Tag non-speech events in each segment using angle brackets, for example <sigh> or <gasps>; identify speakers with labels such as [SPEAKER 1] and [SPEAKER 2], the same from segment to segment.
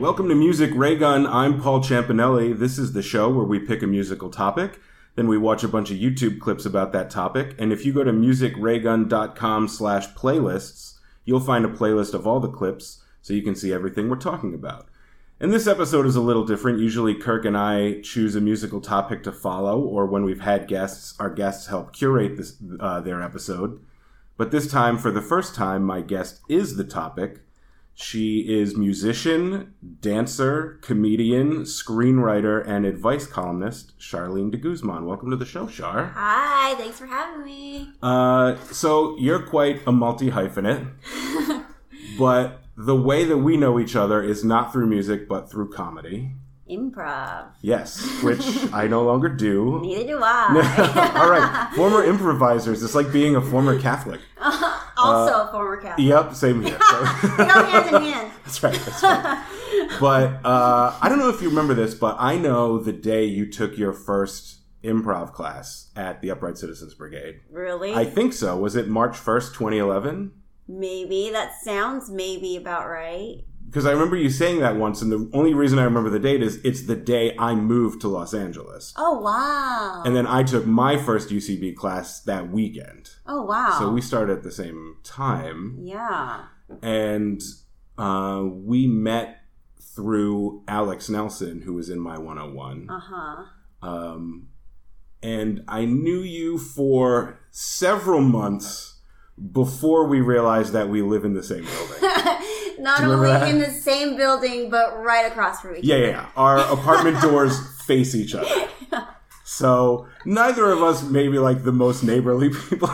[SPEAKER 1] Welcome to Music Raygun. I'm Paul Champanelli. This is the show where we pick a musical topic, then we watch a bunch of YouTube clips about that topic, and if you go to musicraygun.com slash playlists, you'll find a playlist of all the clips so you can see everything we're talking about. And this episode is a little different. Usually Kirk and I choose a musical topic to follow, or when we've had guests, our guests help curate this, uh, their episode. But this time, for the first time, my guest is the topic. She is musician, dancer, comedian, screenwriter, and advice columnist, Charlene de Guzman. Welcome to the show, Char.
[SPEAKER 2] Hi, thanks for having me.
[SPEAKER 1] Uh, so you're quite a multi
[SPEAKER 2] <laughs>
[SPEAKER 1] hyphenate, but the way that we know each other is not through music, but through comedy.
[SPEAKER 2] Improv.
[SPEAKER 1] Yes, which I no longer do.
[SPEAKER 2] Neither
[SPEAKER 1] <laughs>
[SPEAKER 2] do
[SPEAKER 1] All
[SPEAKER 2] I.
[SPEAKER 1] right, former improvisers. It's like being a former Catholic.
[SPEAKER 2] <laughs> also a former Catholic.
[SPEAKER 1] Yep, same
[SPEAKER 2] <laughs>
[SPEAKER 1] here. So-
[SPEAKER 2] They go hand in hand.
[SPEAKER 1] That's right. <laughs> That's right. but uh, I don't know if you remember this, but I know the day you took your first improv class at the Upright Citizens Brigade.
[SPEAKER 2] <laughs> Really?
[SPEAKER 1] I think so. Was it March 1st, 2011?
[SPEAKER 2] maybe. That sounds maybe about right.
[SPEAKER 1] Because I remember you saying that once, and the only reason I remember the date is it's the day I moved to Los Angeles.
[SPEAKER 2] Oh, wow.
[SPEAKER 1] And then I took my first UCB class that weekend.
[SPEAKER 2] oh, wow.
[SPEAKER 1] So we started at the same time.
[SPEAKER 2] yeah.
[SPEAKER 1] and uh, we met through Alex Nelson, who was in my 101.
[SPEAKER 2] Uh huh.
[SPEAKER 1] Um, and I knew you for several months before we realized that we live in the same
[SPEAKER 2] <laughs>
[SPEAKER 1] building.
[SPEAKER 2] <laughs> Not
[SPEAKER 1] Do you remember
[SPEAKER 2] only
[SPEAKER 1] that?
[SPEAKER 2] in the same building, but right across from each
[SPEAKER 1] yeah, yeah, yeah. Our apartment doors face each other. So neither of us may be like the most neighborly <laughs> people.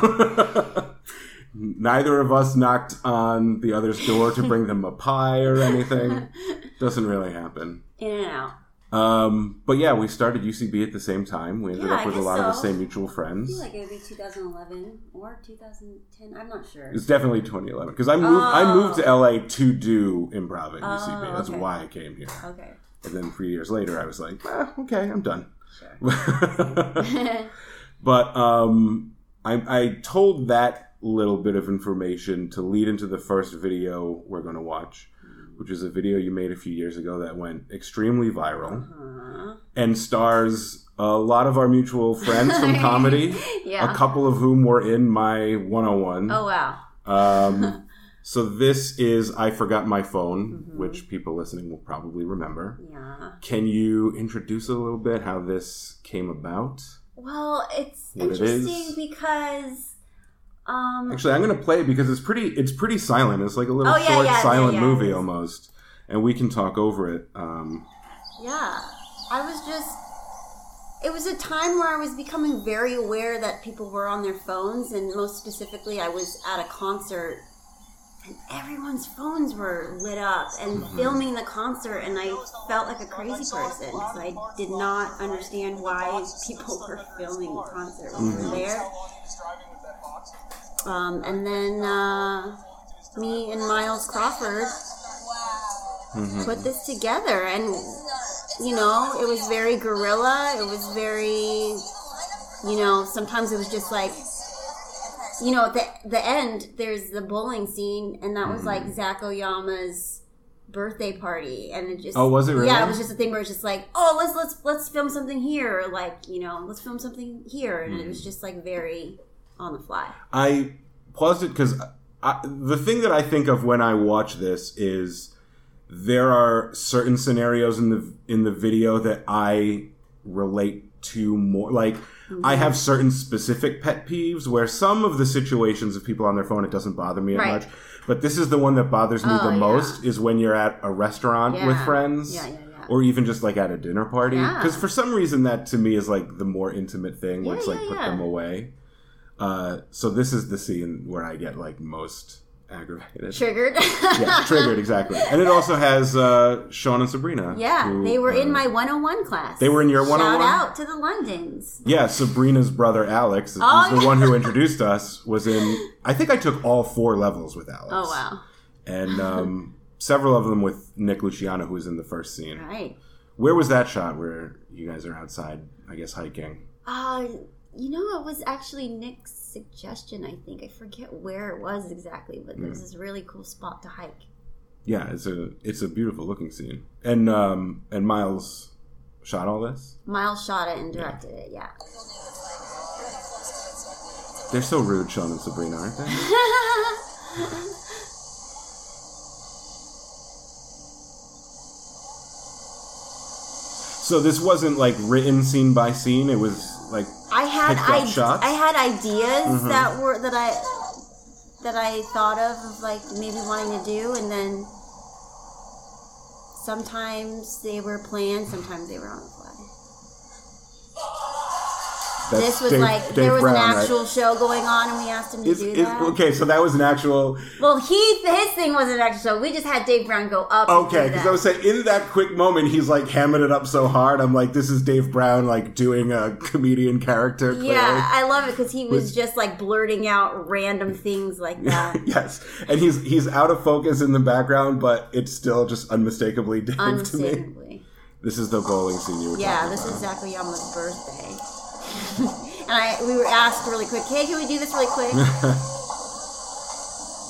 [SPEAKER 1] neither of us knocked on the other's door to bring them a pie or anything. Doesn't really happen.
[SPEAKER 2] <laughs> In and out.
[SPEAKER 1] Um, but yeah, we started UCB at the same time. We ended
[SPEAKER 2] Yeah,
[SPEAKER 1] up
[SPEAKER 2] I
[SPEAKER 1] with a
[SPEAKER 2] guess
[SPEAKER 1] lot of the
[SPEAKER 2] so.
[SPEAKER 1] same mutual
[SPEAKER 2] I
[SPEAKER 1] friends.
[SPEAKER 2] feel like it would be 2011 or 2010. I'm not sure.
[SPEAKER 1] it's definitely 2011 because I moved. I moved to LA to do improv at UCB.
[SPEAKER 2] Oh,
[SPEAKER 1] That's
[SPEAKER 2] okay.
[SPEAKER 1] why I came here.
[SPEAKER 2] Okay.
[SPEAKER 1] And then three years later, I was like, "Ah, okay, I'm done. <laughs>
[SPEAKER 2] Sure. <laughs>
[SPEAKER 1] but um, I, I told that little bit of information to lead into the first video we're going to watch, which is a video you made a few years ago that went extremely viral
[SPEAKER 2] Uh-huh.
[SPEAKER 1] and stars a lot of our mutual friends
[SPEAKER 2] <laughs>
[SPEAKER 1] from comedy.
[SPEAKER 2] Yeah.
[SPEAKER 1] a couple of whom were in my 101.
[SPEAKER 2] oh, wow. <laughs>
[SPEAKER 1] Um, so this is I Forgot My Phone,
[SPEAKER 2] Mhm.
[SPEAKER 1] which people listening will probably remember.
[SPEAKER 2] Yeah.
[SPEAKER 1] Can you introduce a little bit how this came about?
[SPEAKER 2] Well, it's
[SPEAKER 1] What it is.
[SPEAKER 2] interesting because um
[SPEAKER 1] Actually, I'm going to play it because it's pretty it's pretty silent. It's like a little
[SPEAKER 2] Oh, yeah,
[SPEAKER 1] short
[SPEAKER 2] yeah, yeah,
[SPEAKER 1] silent
[SPEAKER 2] yeah.
[SPEAKER 1] movie almost. And we can talk over it. Um,
[SPEAKER 2] yeah, I was just it was a time where I was becoming very aware that people were on their phones and most specifically I was at a concert and everyone's phones were lit up and filming the concert and I felt like a crazy person because I did not understand why people were filming the concert when we were there. Um, and then uh, me and Miles Crawford
[SPEAKER 1] mm-hmm.
[SPEAKER 2] put this together, and you know, it was very guerrilla. It was very, you know, sometimes it was just like, you know, at the the end there's the bowling scene, and that was
[SPEAKER 1] Mm-hmm.
[SPEAKER 2] like Zach Oyama's birthday party, and it just
[SPEAKER 1] Oh, was it really?
[SPEAKER 2] Yeah, it was just a thing where it's just like, oh, let's let's let's film something here, or like you know, let's film something here, and it
[SPEAKER 1] Mm-hmm.
[SPEAKER 2] was just like very on the fly.
[SPEAKER 1] I paused it because the thing that I think of when I watch this is there are certain scenarios in the in the video that I relate to more. Like
[SPEAKER 2] Mm-hmm.
[SPEAKER 1] I have certain specific pet peeves where some of the situations of people on their phone it doesn't bother me
[SPEAKER 2] Right.
[SPEAKER 1] much, but this is the one that bothers me
[SPEAKER 2] Oh,
[SPEAKER 1] the
[SPEAKER 2] yeah.
[SPEAKER 1] most is when you're at a restaurant with
[SPEAKER 2] Yeah.
[SPEAKER 1] friends.
[SPEAKER 2] Yeah, yeah, yeah.
[SPEAKER 1] Or even just like at a dinner party,
[SPEAKER 2] Yeah.
[SPEAKER 1] because for some reason that to me is like the more intimate thing.
[SPEAKER 2] Yeah,
[SPEAKER 1] Let's like
[SPEAKER 2] yeah,
[SPEAKER 1] put
[SPEAKER 2] yeah.
[SPEAKER 1] them away. Uh, so this is the scene where I get like most aggravated.
[SPEAKER 2] Triggered.
[SPEAKER 1] yeah, triggered exactly. And it also has uh, Sean and Sabrina.
[SPEAKER 2] <laughs> Yeah,
[SPEAKER 1] who,
[SPEAKER 2] they were in
[SPEAKER 1] uh,
[SPEAKER 2] my 101 class.
[SPEAKER 1] They were in your one on
[SPEAKER 2] Shout
[SPEAKER 1] one.
[SPEAKER 2] out to the Londons.
[SPEAKER 1] Yeah, Sabrina's brother Alex, who's
[SPEAKER 2] Oh,
[SPEAKER 1] the
[SPEAKER 2] yeah. <laughs>
[SPEAKER 1] one who introduced us, was in. I think I took all four levels with Alex.
[SPEAKER 2] Oh wow!
[SPEAKER 1] And
[SPEAKER 2] <laughs>
[SPEAKER 1] um, several of them with Nick Luciano, who was in the first scene.
[SPEAKER 2] Right.
[SPEAKER 1] Where was that shot where you guys are outside? I guess hiking.
[SPEAKER 2] Uh, you know, it was actually Nick's
[SPEAKER 1] Hmm.
[SPEAKER 2] suggestion. I think I forget where it was exactly, but there was this really cool spot to hike.
[SPEAKER 1] yeah, it's a it's a beautiful looking scene. And um and Miles shot all this.
[SPEAKER 2] Miles shot it and directed it. Yeah. <laughs>
[SPEAKER 1] They're so rude, Sean and Sabrina, aren't they? so this wasn't like written scene by scene. It was like
[SPEAKER 2] I had
[SPEAKER 1] Picked up
[SPEAKER 2] I,
[SPEAKER 1] shots? Mm-hmm.
[SPEAKER 2] I had ideas that were that I that I thought of of like maybe wanting to do, and then sometimes they were planned, sometimes they were on the fly.
[SPEAKER 1] that's
[SPEAKER 2] This was
[SPEAKER 1] Dave-
[SPEAKER 2] like
[SPEAKER 1] Dave
[SPEAKER 2] there was
[SPEAKER 1] Brown,
[SPEAKER 2] an
[SPEAKER 1] right?
[SPEAKER 2] actual show going on, and we asked him to
[SPEAKER 1] Is,
[SPEAKER 2] do
[SPEAKER 1] is,
[SPEAKER 2] that.
[SPEAKER 1] okay, so that was an actual.
[SPEAKER 2] Well, he his thing was an actual show. We just had Dave Brown go up. and
[SPEAKER 1] Okay,
[SPEAKER 2] do
[SPEAKER 1] because
[SPEAKER 2] that.
[SPEAKER 1] I was saying in that quick moment, he's like hamming it up so hard. I'm like, this is Dave Brown like doing a comedian character. Clearly.
[SPEAKER 2] yeah, I love it because he
[SPEAKER 1] Was-
[SPEAKER 2] was just like blurting out random things like
[SPEAKER 1] <laughs>
[SPEAKER 2] that.
[SPEAKER 1] yes, and he's he's out of focus in the background, but it's still just unmistakably Dave to me.
[SPEAKER 2] unmistakably.
[SPEAKER 1] This is the bowling scene you were
[SPEAKER 2] Yeah,
[SPEAKER 1] talking
[SPEAKER 2] this
[SPEAKER 1] about.
[SPEAKER 2] is Zakuyama's birthday. <laughs> and I we were asked really quick, hey, can we do this
[SPEAKER 1] <laughs>
[SPEAKER 2] really quick?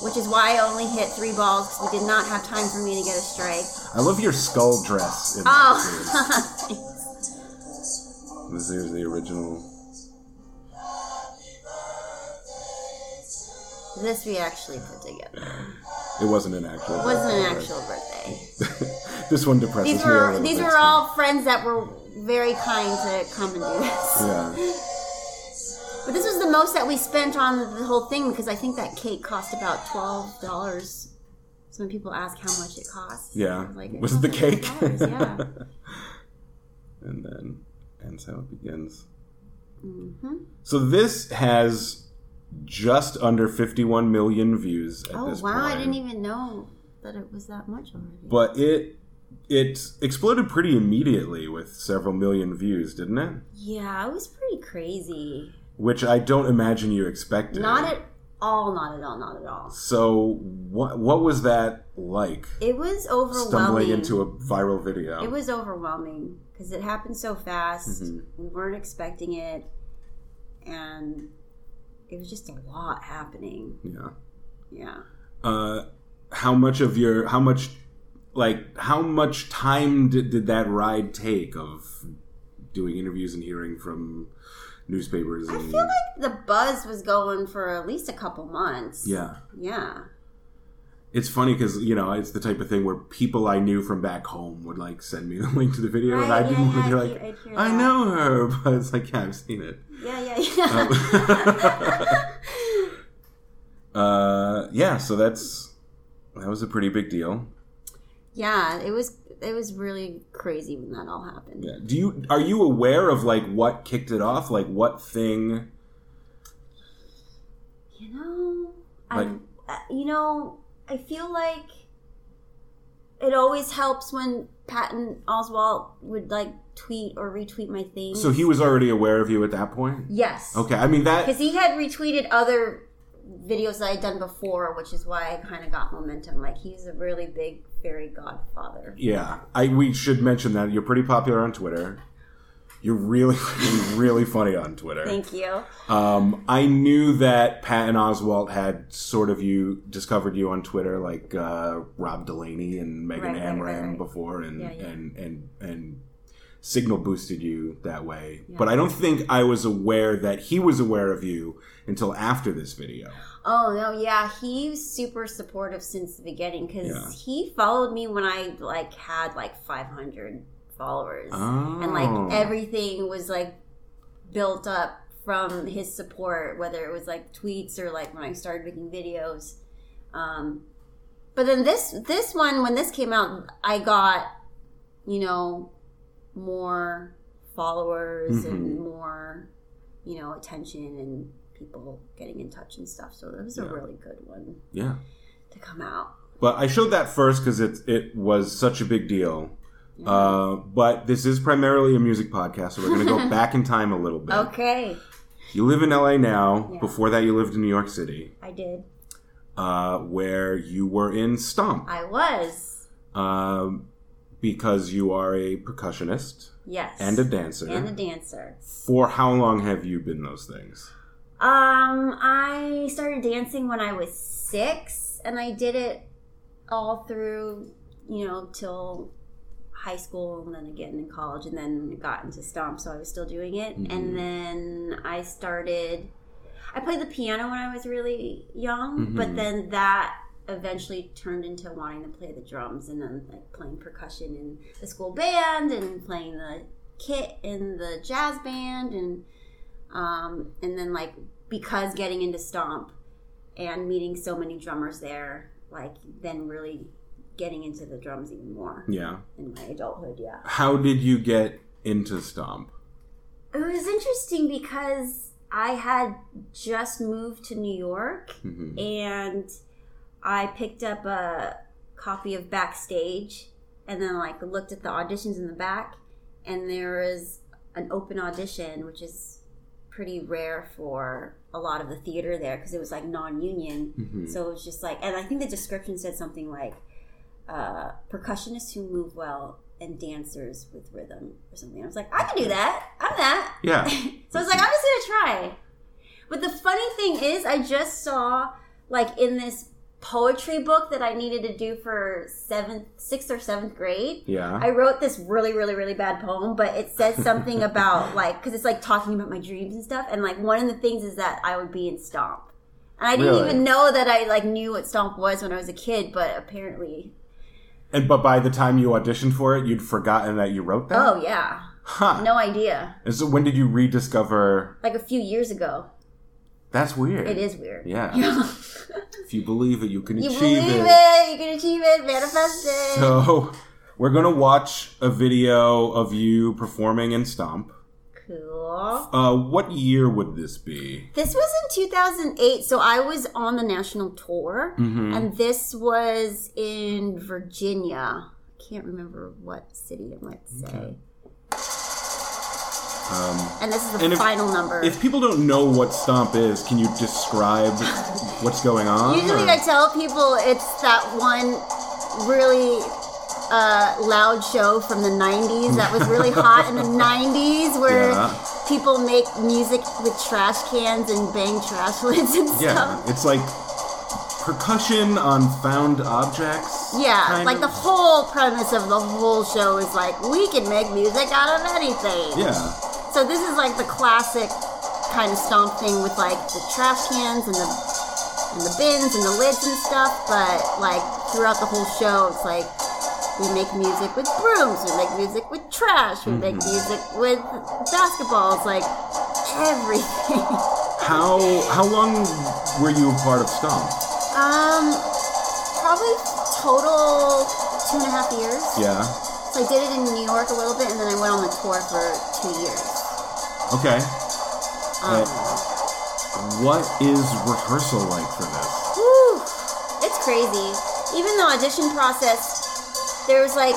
[SPEAKER 2] Which is why I only hit three balls because we did not have time for me to get a strike.
[SPEAKER 1] I love your skull dress. In that
[SPEAKER 2] Oh, <laughs>
[SPEAKER 1] scene. this is the original.
[SPEAKER 2] this we actually put together.
[SPEAKER 1] It wasn't an actual.
[SPEAKER 2] It wasn't an actual birthday.
[SPEAKER 1] <laughs> this one depresses
[SPEAKER 2] These
[SPEAKER 1] me. a
[SPEAKER 2] were
[SPEAKER 1] little
[SPEAKER 2] these
[SPEAKER 1] bit,
[SPEAKER 2] were
[SPEAKER 1] too.
[SPEAKER 2] all friends that were very kind to come and do this.
[SPEAKER 1] Yeah.
[SPEAKER 2] But this was the most that we spent on the whole thing because I think that cake cost about twelve dollars. So when people ask how much it costs,
[SPEAKER 1] Yeah.
[SPEAKER 2] I'm like,
[SPEAKER 1] Was it the
[SPEAKER 2] "Oh,
[SPEAKER 1] cake?
[SPEAKER 2] $12, yeah.
[SPEAKER 1] <laughs> And then ends how it begins.
[SPEAKER 2] Mm-hmm.
[SPEAKER 1] So this has just under 51 million views at
[SPEAKER 2] Oh wow!
[SPEAKER 1] this point.
[SPEAKER 2] I didn't even know that it was that much already.
[SPEAKER 1] But it it exploded pretty immediately with several million views, didn't it?
[SPEAKER 2] yeah, it was pretty crazy.
[SPEAKER 1] Which I don't imagine you expected.
[SPEAKER 2] Not at all. Not at all. Not at all.
[SPEAKER 1] So what what was that like?
[SPEAKER 2] It was overwhelming.
[SPEAKER 1] Stumbling into a viral video.
[SPEAKER 2] It was overwhelming because it happened so fast.
[SPEAKER 1] Mhm.
[SPEAKER 2] We weren't expecting it, and it was just a lot happening.
[SPEAKER 1] yeah.
[SPEAKER 2] Yeah.
[SPEAKER 1] uh, how much of your how much like how much time did, did that ride take of doing interviews and hearing from newspapers
[SPEAKER 2] I
[SPEAKER 1] and
[SPEAKER 2] feel like the buzz was going for at least a couple months.
[SPEAKER 1] yeah
[SPEAKER 2] Yeah.
[SPEAKER 1] it's funny because you know it's the type of thing where people i knew from back home would like send me <laughs> the link to the video and i
[SPEAKER 2] Right,
[SPEAKER 1] didn't
[SPEAKER 2] yeah,
[SPEAKER 1] really
[SPEAKER 2] yeah,
[SPEAKER 1] like
[SPEAKER 2] I'd hear
[SPEAKER 1] i
[SPEAKER 2] that.
[SPEAKER 1] know her <laughs> but it's like yeah i've seen it
[SPEAKER 2] Yeah, yeah,
[SPEAKER 1] Oh.
[SPEAKER 2] yeah. <laughs>
[SPEAKER 1] uh yeah so that's that was a pretty big deal
[SPEAKER 2] yeah, it was it was really crazy when that all happened.
[SPEAKER 1] Yeah. Do you are you aware of like what kicked it off? Like what thing?
[SPEAKER 2] You know,
[SPEAKER 1] Like-
[SPEAKER 2] I'm, uh, you know, I feel like it always helps when Patton Oswalt would like tweet or retweet my thing.
[SPEAKER 1] So he was already aware of you at that point.
[SPEAKER 2] yes,
[SPEAKER 1] Okay. I mean that.
[SPEAKER 2] because he had retweeted other videos that I'd done before, which is why I kind of got momentum. Like he's a really big fairy godfather.
[SPEAKER 1] Yeah. I we should mention that you're pretty popular on Twitter. You're really <laughs> you're really funny on Twitter.
[SPEAKER 2] Thank you.
[SPEAKER 1] Um, I knew that Patton Oswalt had sort of you discovered you on Twitter, like uh, Rob Delaney and Megan
[SPEAKER 2] Right, right,
[SPEAKER 1] Amram
[SPEAKER 2] right, right.
[SPEAKER 1] before, and,
[SPEAKER 2] Yeah, yeah.
[SPEAKER 1] and and and signal boosted you that way.
[SPEAKER 2] Yeah.
[SPEAKER 1] But I don't think I was aware that he was aware of you until after this video.
[SPEAKER 2] Oh no, yeah, he's super supportive since the beginning because
[SPEAKER 1] Yeah.
[SPEAKER 2] he followed me when I like had like 500 followers,
[SPEAKER 1] Oh.
[SPEAKER 2] and like everything was like built up from his support, whether it was like tweets or like when I started making videos. Um, but then this this one when this came out, I got you know more followers and
[SPEAKER 1] Mm-hmm.
[SPEAKER 2] more you know attention and people getting in touch and stuff. So that was
[SPEAKER 1] Yeah.
[SPEAKER 2] a really good one
[SPEAKER 1] yeah.
[SPEAKER 2] to come out.
[SPEAKER 1] But I showed that first because it it was such a big deal. Uh, but this is primarily a music podcast, so we're going to
[SPEAKER 2] <laughs>
[SPEAKER 1] go back in time a little bit.
[SPEAKER 2] Okay,
[SPEAKER 1] You live in LA now.
[SPEAKER 2] Yeah.
[SPEAKER 1] Before that, you lived in New York City,
[SPEAKER 2] I did.
[SPEAKER 1] uh, where you were in Stomp
[SPEAKER 2] I was
[SPEAKER 1] um, because you are a percussionist
[SPEAKER 2] yes,
[SPEAKER 1] and a dancer.
[SPEAKER 2] and a dancer.
[SPEAKER 1] For how long have you been those things?
[SPEAKER 2] Um, I started dancing when I was six, and I did it all through, you know, till high school and then again in college and then got into stomp so i was still doing it
[SPEAKER 1] Mhm.
[SPEAKER 2] and then i started i played the piano when i was really young
[SPEAKER 1] Mhm.
[SPEAKER 2] but then that eventually turned into wanting to play the drums and then like playing percussion in the school band and playing the kit in the jazz band and um, and then like because getting into stomp and meeting so many drummers there like then really getting into the drums even more
[SPEAKER 1] Yeah.
[SPEAKER 2] in my adulthood, yeah.
[SPEAKER 1] How did you get into Stomp?
[SPEAKER 2] It was interesting because I had just moved to New York
[SPEAKER 1] hmm
[SPEAKER 2] and I picked up a copy of Backstage and then like looked at the auditions in the back and there is an open audition which is pretty rare for a lot of the theater there because it was like non-union
[SPEAKER 1] hmm
[SPEAKER 2] So it was just like, and I think the description said something like uh, percussionists who move well and dancers with rhythm or something. I was like, I can do that. I'm that. <laughs>
[SPEAKER 1] Yeah.
[SPEAKER 2] so I was like, I'm just gonna try. But the funny thing is, I just saw like in this poetry book that I needed to do for seventh, sixth or seventh grade.
[SPEAKER 1] Yeah.
[SPEAKER 2] I wrote this really, really, really bad poem, but it
[SPEAKER 1] <laughs>
[SPEAKER 2] says something about like because it's like talking about my dreams and stuff. And like one of the things is that I would be in Stomp, and I didn't
[SPEAKER 1] Really?
[SPEAKER 2] even know that I like knew what Stomp was when I was a kid. But apparently,
[SPEAKER 1] And but by the time you auditioned for it, you'd forgotten that you wrote that.
[SPEAKER 2] oh yeah,
[SPEAKER 1] huh.
[SPEAKER 2] no idea.
[SPEAKER 1] And so when did you rediscover?
[SPEAKER 2] Like a few years ago,
[SPEAKER 1] That's weird.
[SPEAKER 2] it is weird.
[SPEAKER 1] Yeah. <laughs>
[SPEAKER 2] <laughs> you
[SPEAKER 1] If you believe it, you can achieve
[SPEAKER 2] believe
[SPEAKER 1] it.
[SPEAKER 2] it. You can achieve it. Manifest it.
[SPEAKER 1] So we're gonna watch a video of you performing in Stomp.
[SPEAKER 2] cool.
[SPEAKER 1] Uh, what year would this be?
[SPEAKER 2] This was in 2008, so I was on the national tour,
[SPEAKER 1] Mhm.
[SPEAKER 2] and this was in Virginia. I can't remember what city it might say.
[SPEAKER 1] Um,
[SPEAKER 2] And this is the
[SPEAKER 1] And if-
[SPEAKER 2] final number.
[SPEAKER 1] if people don't know what Stomp is, can you describe what's going on?
[SPEAKER 2] Usually,
[SPEAKER 1] or-
[SPEAKER 2] I tell people it's that one really uh, loud show from the 90s that was really
[SPEAKER 1] <laughs>
[SPEAKER 2] hot in the 90s where
[SPEAKER 1] Yeah.
[SPEAKER 2] people make music with trash cans and bang trash <laughs> lids and stuff.
[SPEAKER 1] yeah, it's like percussion on found objects.
[SPEAKER 2] Yeah,
[SPEAKER 1] kind
[SPEAKER 2] like
[SPEAKER 1] of.
[SPEAKER 2] the whole premise of the whole show is like we can make music out of anything.
[SPEAKER 1] yeah.
[SPEAKER 2] So this is like the classic kind of stomp thing with like the trash cans and the and the bins and the lids and stuff, but like throughout the whole show it's like we make music with brooms, we make music with trash, we make music with basketballs, like everything. <laughs>
[SPEAKER 1] How how long were you a part of Stomp?
[SPEAKER 2] um probably total two and a half years.
[SPEAKER 1] Yeah.
[SPEAKER 2] So I did it in New York a little bit, and then I went on the tour for two years.
[SPEAKER 1] Okay.
[SPEAKER 2] Um,
[SPEAKER 1] What is rehearsal like for this?
[SPEAKER 2] whew, it's crazy. Even the audition process, there was like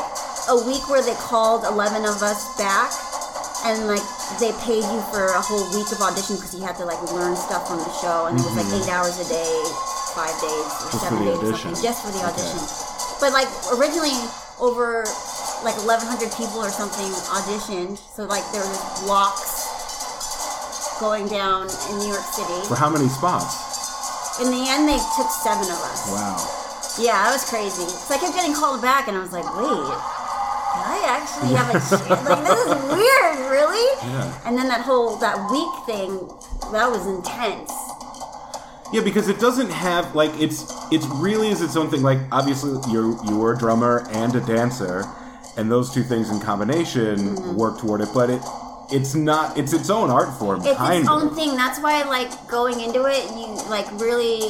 [SPEAKER 2] a week where they called 11 of us back, and like they paid you for a whole week of audition because you had to like learn stuff from the show, and it was like eight hours a day, five days, or
[SPEAKER 1] Mm-hmm. Just for the
[SPEAKER 2] seven days, or
[SPEAKER 1] audition.
[SPEAKER 2] something, just for the
[SPEAKER 1] Okay.
[SPEAKER 2] audition. But like originally, over like 1,100 people or something auditioned, so like there was blocks going down in New York City.
[SPEAKER 1] For how many spots?
[SPEAKER 2] In the end, they took seven of us.
[SPEAKER 1] Wow.
[SPEAKER 2] Yeah, that was crazy. So I kept getting called back, and I was like, wait, did I actually have a chance? Like,
[SPEAKER 1] <laughs>
[SPEAKER 2] this is weird, really?
[SPEAKER 1] Yeah.
[SPEAKER 2] And then that whole, that week thing, that was intense.
[SPEAKER 1] Yeah, because it doesn't have like it's it really is its own thing. Like obviously you you were a drummer and a dancer, and those two things in combination
[SPEAKER 2] Mm-hmm.
[SPEAKER 1] work toward it. But it it's not it's its own art form.
[SPEAKER 2] It's
[SPEAKER 1] kind
[SPEAKER 2] its
[SPEAKER 1] of.
[SPEAKER 2] own thing. That's why, like, going into it, you, like, really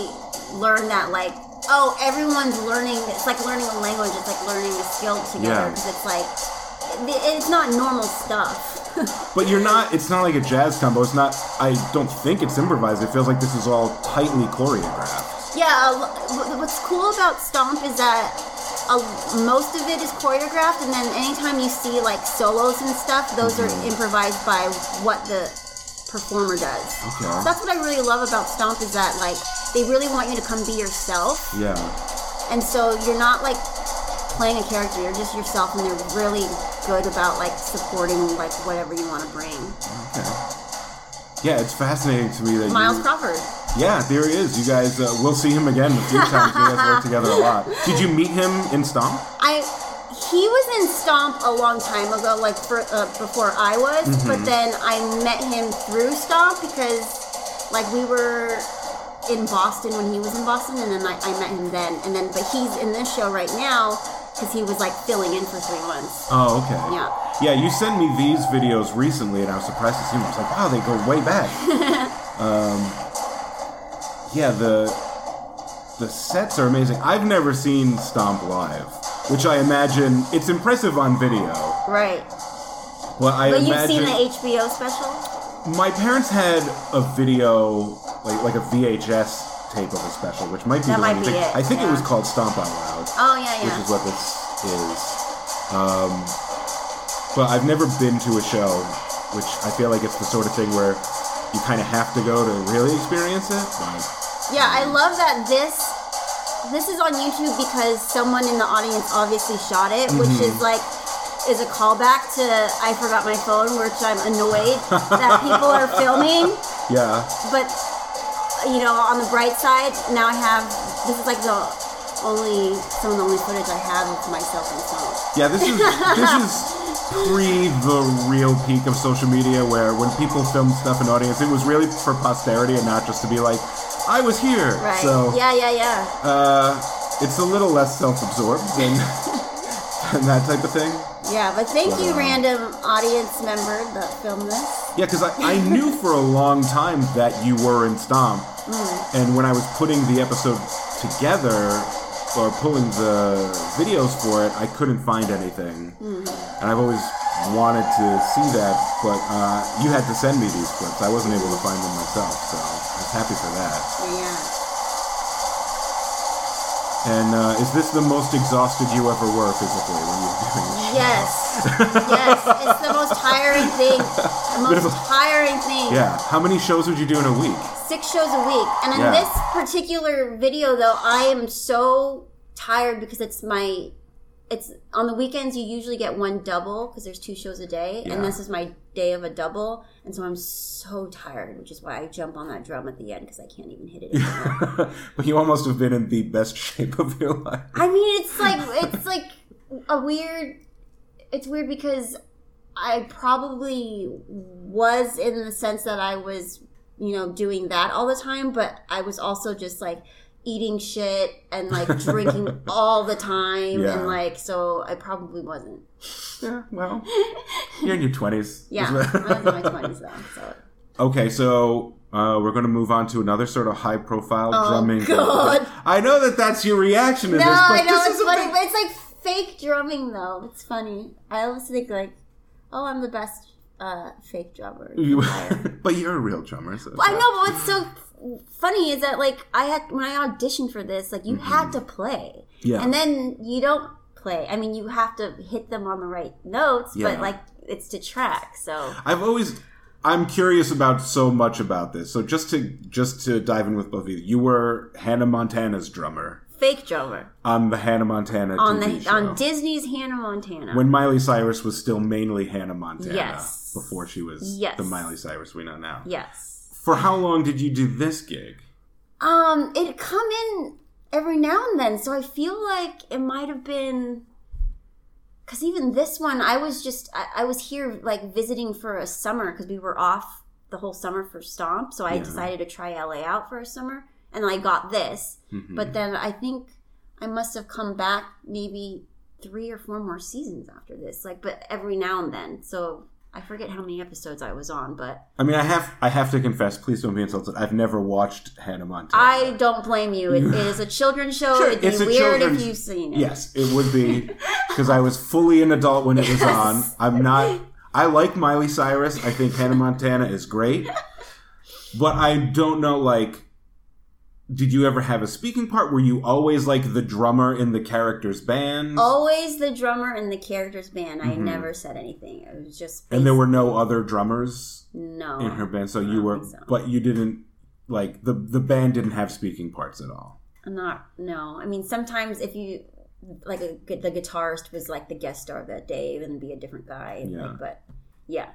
[SPEAKER 2] learn that, like, oh, everyone's learning. It's like learning a language. It's like learning a skill together.
[SPEAKER 1] Yeah.
[SPEAKER 2] Because it's like, it, it's not normal stuff. <laughs>
[SPEAKER 1] But you're not. It's not like a jazz combo. It's not. I don't think it's improvised. It feels like this is all tightly choreographed.
[SPEAKER 2] Yeah, a lo- wh- what's cool about Stomp is that a, most of it is choreographed, and then anytime you see like solos and stuff, those are improvised by what the performer does.
[SPEAKER 1] Okay.
[SPEAKER 2] So that's what I really love about Stomp is that like they really want you to come be yourself,
[SPEAKER 1] Yeah.
[SPEAKER 2] and so you're not like playing a character; you're just yourself, and they're really good about like supporting like
[SPEAKER 1] Mm-hmm.
[SPEAKER 2] whatever you want to bring.
[SPEAKER 1] Okay. Yeah, it's fascinating to me that
[SPEAKER 2] Miles
[SPEAKER 1] you,
[SPEAKER 2] Crawford.
[SPEAKER 1] Yeah, there he is. You guys, uh, we'll see him again a few times. You guys work together a lot. Did you meet him in Stomp?
[SPEAKER 2] I he was in Stomp a long time ago, like for, uh, before I was. But then I met him through Stomp because like we were in Boston when he was in Boston, and then I, I met him then. And then, but he's in this show right now because he was like filling in for three months.
[SPEAKER 1] Oh, okay.
[SPEAKER 2] Yeah.
[SPEAKER 1] Yeah, you sent me these videos recently, and I was surprised to see them. I was like, wow, they go way
[SPEAKER 2] <laughs>
[SPEAKER 1] back. um, yeah, the the sets are amazing. I've never seen Stomp live, which I imagine it's impressive on video.
[SPEAKER 2] Right.
[SPEAKER 1] But I
[SPEAKER 2] But you've
[SPEAKER 1] imagine
[SPEAKER 2] seen the HBO special?
[SPEAKER 1] my parents had a video, like like a VHS tape of a special, which might be
[SPEAKER 2] That
[SPEAKER 1] the
[SPEAKER 2] might
[SPEAKER 1] one you
[SPEAKER 2] be
[SPEAKER 1] think- I
[SPEAKER 2] it,
[SPEAKER 1] think it was
[SPEAKER 2] yeah.
[SPEAKER 1] called Stomp Out Loud
[SPEAKER 2] Oh, yeah, yeah.
[SPEAKER 1] which is what this is. Um, but I've never been to a show, which I feel like it's the sort of thing where you kind of have to go to really experience it. Like,
[SPEAKER 2] Yeah, I love that this this is on YouTube because someone in the audience obviously shot it, which is like is a callback to I forgot my phone, which I'm annoyed that people are filming.
[SPEAKER 1] yeah,
[SPEAKER 2] But you know, on the bright side, now I have this is like the only some of the only footage I have of myself in song.
[SPEAKER 1] yeah. This is this is pre the real peak of social media, where when people filmed stuff in audience, it was really for posterity and not just to be like, I was here.
[SPEAKER 2] Right.
[SPEAKER 1] So
[SPEAKER 2] yeah, yeah, yeah.
[SPEAKER 1] uh, it's a little less self-absorbed than, <laughs> than that type of thing.
[SPEAKER 2] Yeah, but thank you, random audience member that filmed this.
[SPEAKER 1] Yeah, because I, I knew for a long time that you were in Stomp. And when I was putting the episode together or pulling the videos for it, I couldn't find anything. And I've always wanted to see that, but uh, you had to send me these clips. I wasn't able to find them myself, so I was happy for that.
[SPEAKER 2] Yeah.
[SPEAKER 1] And uh, is this the most exhausted you ever were physically when you were doing this?
[SPEAKER 2] Yes. yes. It's the most tiring thing. The
[SPEAKER 1] Beautiful.
[SPEAKER 2] most tiring thing.
[SPEAKER 1] Yeah. How many shows would you do in a week? <laughs>
[SPEAKER 2] Six shows a week. And in
[SPEAKER 1] Yeah.
[SPEAKER 2] this particular video though, I am so tired because it's my it's on the weekends you usually get one double because there's two shows a day
[SPEAKER 1] Yeah.
[SPEAKER 2] and this is my day of a double and so i'm so tired which is why i jump on that drum at the end because i can't even
[SPEAKER 1] <laughs>
[SPEAKER 2] hit it anymore.
[SPEAKER 1] but you almost have been in the best shape of your life.
[SPEAKER 2] <laughs> I mean, it's like it's like a weird. It's weird because I probably was in the sense that I was, you know, doing that all the time, but I was also just like eating shit and like
[SPEAKER 1] <laughs>
[SPEAKER 2] drinking all the time
[SPEAKER 1] Yeah.
[SPEAKER 2] and like so I probably wasn't.
[SPEAKER 1] Yeah, well, <laughs> you're in your 20s. <laughs>
[SPEAKER 2] Yeah, I was in my twenties though. So
[SPEAKER 1] okay, so uh, we're going to move on to another sort of high profile
[SPEAKER 2] Oh,
[SPEAKER 1] drumming.
[SPEAKER 2] God.
[SPEAKER 1] <laughs> I know that that's your reaction to
[SPEAKER 2] no,
[SPEAKER 1] this, but
[SPEAKER 2] I know
[SPEAKER 1] this
[SPEAKER 2] it's
[SPEAKER 1] is a
[SPEAKER 2] funny,
[SPEAKER 1] big-
[SPEAKER 2] but it's like fake drumming though. It's funny. I always think like, oh, I'm the best uh, fake drummer.
[SPEAKER 1] You- <laughs> but you're a real drummer. So
[SPEAKER 2] I know, but what's so f- funny is that like I had when I auditioned for this, like you had to play,
[SPEAKER 1] Yeah.
[SPEAKER 2] and then you don't play. I mean, you have to hit them on the right notes,
[SPEAKER 1] Yeah.
[SPEAKER 2] but like it's to track. So
[SPEAKER 1] I've always. I'm curious about so much about this. So just to just to dive in with both of you, you were Hannah Montana's drummer
[SPEAKER 2] fake drummer
[SPEAKER 1] on the Hannah Montana
[SPEAKER 2] on
[SPEAKER 1] TV
[SPEAKER 2] the
[SPEAKER 1] show.
[SPEAKER 2] on Disney's Hannah Montana.
[SPEAKER 1] when Miley Cyrus was still mainly Hannah Montana
[SPEAKER 2] Yes.
[SPEAKER 1] before she was
[SPEAKER 2] Yes.
[SPEAKER 1] the Miley Cyrus we know now.
[SPEAKER 2] yes,
[SPEAKER 1] For how long did you do this gig?
[SPEAKER 2] um, it come in every now and then, so I feel like it might have been. Cause even this one, I was just I, I was here like visiting for a summer because we were off the whole summer for Stomp, so I
[SPEAKER 1] Yeah.
[SPEAKER 2] decided to try LA out for a summer, and I got this.
[SPEAKER 1] Mm-hmm. Mm.
[SPEAKER 2] But then I think I must have come back maybe three or four more seasons after this, like but every now and then. So I forget how many episodes I was on, but
[SPEAKER 1] I mean, I have I have to confess. Please don't be insulted. I've never watched Hannah Montana.
[SPEAKER 2] I don't blame you. It is a children's show.
[SPEAKER 1] Sure,
[SPEAKER 2] It'd be
[SPEAKER 1] it's a
[SPEAKER 2] weird if
[SPEAKER 1] children's-
[SPEAKER 2] you've seen it.
[SPEAKER 1] yes, it would be because I was fully an adult when it was on. I'm not. I like Miley Cyrus. I think Hannah Montana is great, but I don't know. Like, did you ever have a speaking part? Were you always like the drummer in the character's band?
[SPEAKER 2] Oh, Always the drummer in the character's band. I never said anything. It was just
[SPEAKER 1] Mm-hmm. and there were no other drummers
[SPEAKER 2] no.
[SPEAKER 1] in her band, so you were,
[SPEAKER 2] Oh, think so.
[SPEAKER 1] but you didn't like the the band didn't have speaking parts at all.
[SPEAKER 2] I'm not no. I mean, sometimes if you like a, gu- the guitarist was like the guest star that day, then it'd be a different guy. and, like,
[SPEAKER 1] Yeah.
[SPEAKER 2] but yeah,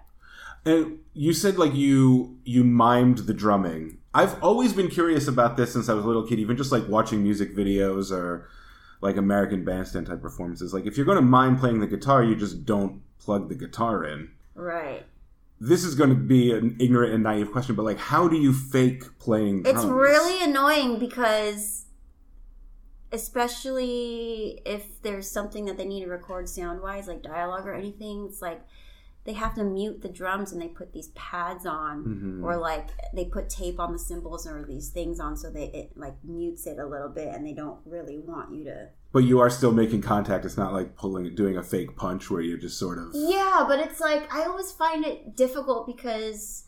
[SPEAKER 1] And you said like you you mimed the drumming. I I've always been curious about this since I was a little kid, even just like watching music videos or like American bandstand type performances. Like if you're going to mind playing the guitar, you just don't plug the guitar in.
[SPEAKER 2] Right.
[SPEAKER 1] This is going to be an ignorant and naive question, but like, how do you fake playing?
[SPEAKER 2] It's
[SPEAKER 1] drums?
[SPEAKER 2] really annoying because, especially if there's something that they need to record sound wise, like dialogue or anything, it's like they have to mute the drums and they put these pads on,
[SPEAKER 1] Mhm.
[SPEAKER 2] or like they put tape on the cymbals or these things on so they it like mutes it a little bit, and they don't really want you to.
[SPEAKER 1] But you are still making contact. It's not like pulling, doing a fake punch where you're just sort of.
[SPEAKER 2] Yeah, but it's like I always find it difficult because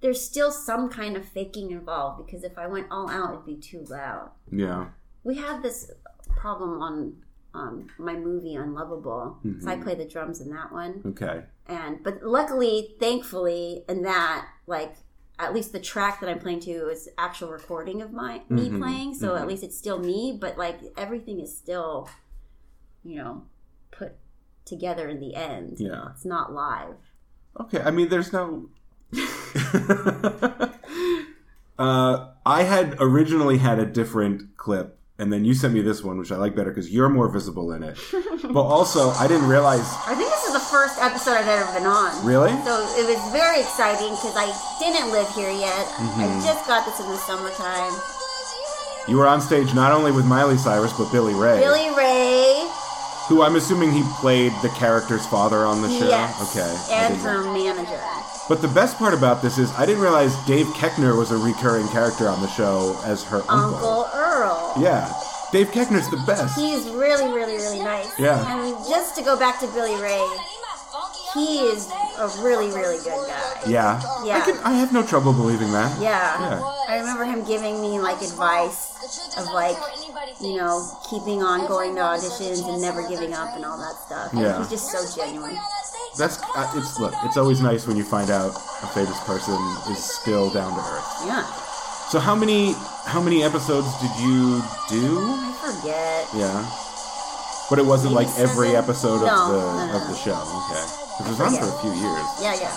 [SPEAKER 2] there's still some kind of faking involved. Because if I went all out, it'd be too loud.
[SPEAKER 1] Yeah.
[SPEAKER 2] we had this problem on um, my movie unlovable so
[SPEAKER 1] Mm-hmm.
[SPEAKER 2] i play the drums in that one
[SPEAKER 1] Okay.
[SPEAKER 2] and but luckily thankfully in that like at least the track that i'm playing to is actual recording of my me
[SPEAKER 1] Mhm,
[SPEAKER 2] playing so
[SPEAKER 1] mhm.
[SPEAKER 2] at least it's still me but like everything is still you know put together in the end
[SPEAKER 1] Yeah.
[SPEAKER 2] it's not live
[SPEAKER 1] Okay. I mean, there's no. <laughs> uh, I had originally had a different clip, and then you sent me this one, which I like better because you're more visible in
[SPEAKER 2] <laughs>
[SPEAKER 1] it. but also, I didn't realize.
[SPEAKER 2] i think this is the first episode i've ever been on
[SPEAKER 1] Really?
[SPEAKER 2] So it was very exciting because I didn't live here yet. I
[SPEAKER 1] Mm-hmm.
[SPEAKER 2] just got this in the summertime.
[SPEAKER 1] You were on stage not only with Miley Cyrus, but Billy Ray.
[SPEAKER 2] Billy Ray,
[SPEAKER 1] Who I'm assuming he played the character's father on the show.
[SPEAKER 2] yes,
[SPEAKER 1] Okay. I
[SPEAKER 2] and
[SPEAKER 1] didn't know.
[SPEAKER 2] her manager.
[SPEAKER 1] But the best part about this is I didn't realize Dave Keckner was a recurring character on the show as her uncle.
[SPEAKER 2] Uncle Earl.
[SPEAKER 1] Yeah. Dave Keckner's the best.
[SPEAKER 2] He's really, really, really nice.
[SPEAKER 1] Yeah.
[SPEAKER 2] And just to go back to Billy Ray, he is a really, really good guy.
[SPEAKER 1] yeah.
[SPEAKER 2] Yeah.
[SPEAKER 1] I can I have no trouble believing that.
[SPEAKER 2] Yeah.
[SPEAKER 1] Yeah.
[SPEAKER 2] I remember him giving me like advice of like, you know, keeping on going to auditions and never giving up and all that stuff. And
[SPEAKER 1] Yeah.
[SPEAKER 2] He's just so genuine.
[SPEAKER 1] That's uh, it's look, it's always nice when you find out a famous person is still down to earth.
[SPEAKER 2] Yeah.
[SPEAKER 1] So how many how many episodes did you do?
[SPEAKER 2] I forget.
[SPEAKER 1] Yeah. But it wasn't
[SPEAKER 2] Maybe
[SPEAKER 1] like every
[SPEAKER 2] seven?
[SPEAKER 1] episode
[SPEAKER 2] No,
[SPEAKER 1] of the
[SPEAKER 2] no, no,
[SPEAKER 1] of
[SPEAKER 2] no.
[SPEAKER 1] the show. Okay. It was on for a few years.
[SPEAKER 2] Yeah, yeah.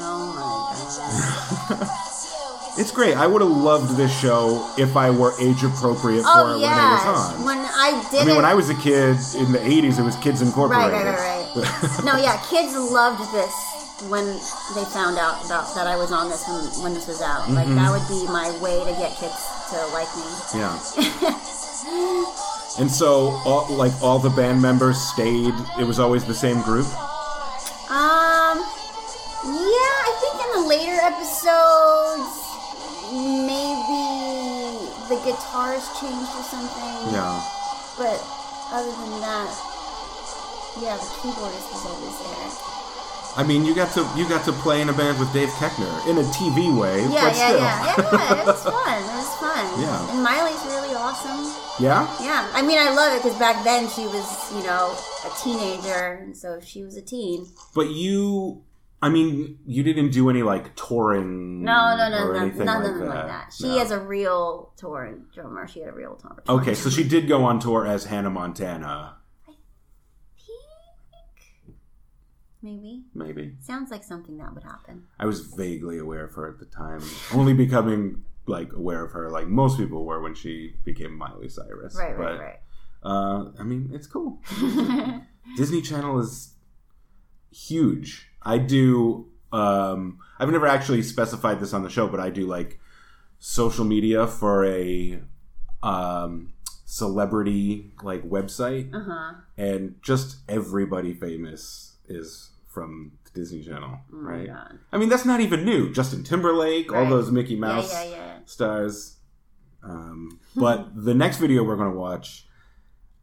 [SPEAKER 2] Oh my
[SPEAKER 1] <laughs>
[SPEAKER 2] god.
[SPEAKER 1] It's great. I would have loved this show if I were age appropriate for
[SPEAKER 2] Oh
[SPEAKER 1] it
[SPEAKER 2] yeah.
[SPEAKER 1] when it was on.
[SPEAKER 2] When I did
[SPEAKER 1] I
[SPEAKER 2] it.
[SPEAKER 1] mean, when I was a kid in the '80s, it was Kids
[SPEAKER 2] right,
[SPEAKER 1] Incorporated.
[SPEAKER 2] right, right,
[SPEAKER 1] <laughs>
[SPEAKER 2] right. no, yeah, kids loved this when they found out about that I was on this when, when this was out. Like
[SPEAKER 1] Mm-hmm.
[SPEAKER 2] that would be my way to get kids to like me.
[SPEAKER 1] Yeah.
[SPEAKER 2] <laughs>
[SPEAKER 1] and so, all, like all the band members stayed. It was always the same group.
[SPEAKER 2] Um, yeah, I think in the later episodes, maybe the guitars changed or something.
[SPEAKER 1] Yeah.
[SPEAKER 2] But other than that, yeah, the keyboardist was always there.
[SPEAKER 1] I mean, you got to you got to play in a band with Dave Keckner in a TV way,
[SPEAKER 2] Yeah,
[SPEAKER 1] but
[SPEAKER 2] yeah,
[SPEAKER 1] still.
[SPEAKER 2] yeah, yeah, yeah. It was fun. It was fun.
[SPEAKER 1] <laughs> Yeah.
[SPEAKER 2] And Miley's really awesome.
[SPEAKER 1] <laughs> yeah.
[SPEAKER 2] Yeah. I mean, I love it because back then she was, you know, a teenager, and so she was a teen.
[SPEAKER 1] But you, I mean, you didn't do any like touring.
[SPEAKER 2] No, no, no,
[SPEAKER 1] Mm, or
[SPEAKER 2] no,
[SPEAKER 1] anything
[SPEAKER 2] nothing
[SPEAKER 1] like
[SPEAKER 2] like
[SPEAKER 1] that.
[SPEAKER 2] that. She
[SPEAKER 1] No.
[SPEAKER 2] is a real touring drummer. She had a real tour.
[SPEAKER 1] Okay, so she did go on tour as Hannah Montana,
[SPEAKER 2] Maybe.
[SPEAKER 1] maybe.
[SPEAKER 2] Sounds like something that would happen.
[SPEAKER 1] I was vaguely aware of her at the time, only becoming like aware of her like most people were when she became Miley Cyrus.
[SPEAKER 2] Right,
[SPEAKER 1] but,
[SPEAKER 2] right,
[SPEAKER 1] Uh, I mean, it's cool.
[SPEAKER 2] right. <laughs>
[SPEAKER 1] Disney Channel is huge. I do. Um, I've never actually specified this on the show, but I do like social media for a um, celebrity like website,
[SPEAKER 2] uh huh.
[SPEAKER 1] and just everybody famous is from Disney Channel,
[SPEAKER 2] Oh my
[SPEAKER 1] right?
[SPEAKER 2] God.
[SPEAKER 1] I mean, that's not even new. Justin Timberlake, all
[SPEAKER 2] Right.
[SPEAKER 1] those Mickey
[SPEAKER 2] Yeah,
[SPEAKER 1] Mouse
[SPEAKER 2] yeah, yeah.
[SPEAKER 1] stars.
[SPEAKER 2] <laughs>
[SPEAKER 1] Um, but the next video we're going to watch,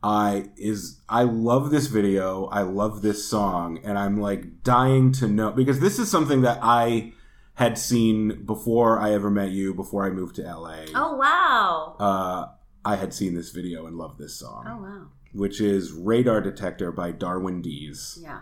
[SPEAKER 1] I is I love this video. I love this song, and I'm like dying to know because this is something that I had seen before I ever met you, before I moved to LA.
[SPEAKER 2] Oh wow.
[SPEAKER 1] Uh, I had seen this video and loved this song,
[SPEAKER 2] Oh wow.
[SPEAKER 1] which is "Radar Detector" by Darwin Dees,
[SPEAKER 2] Yeah.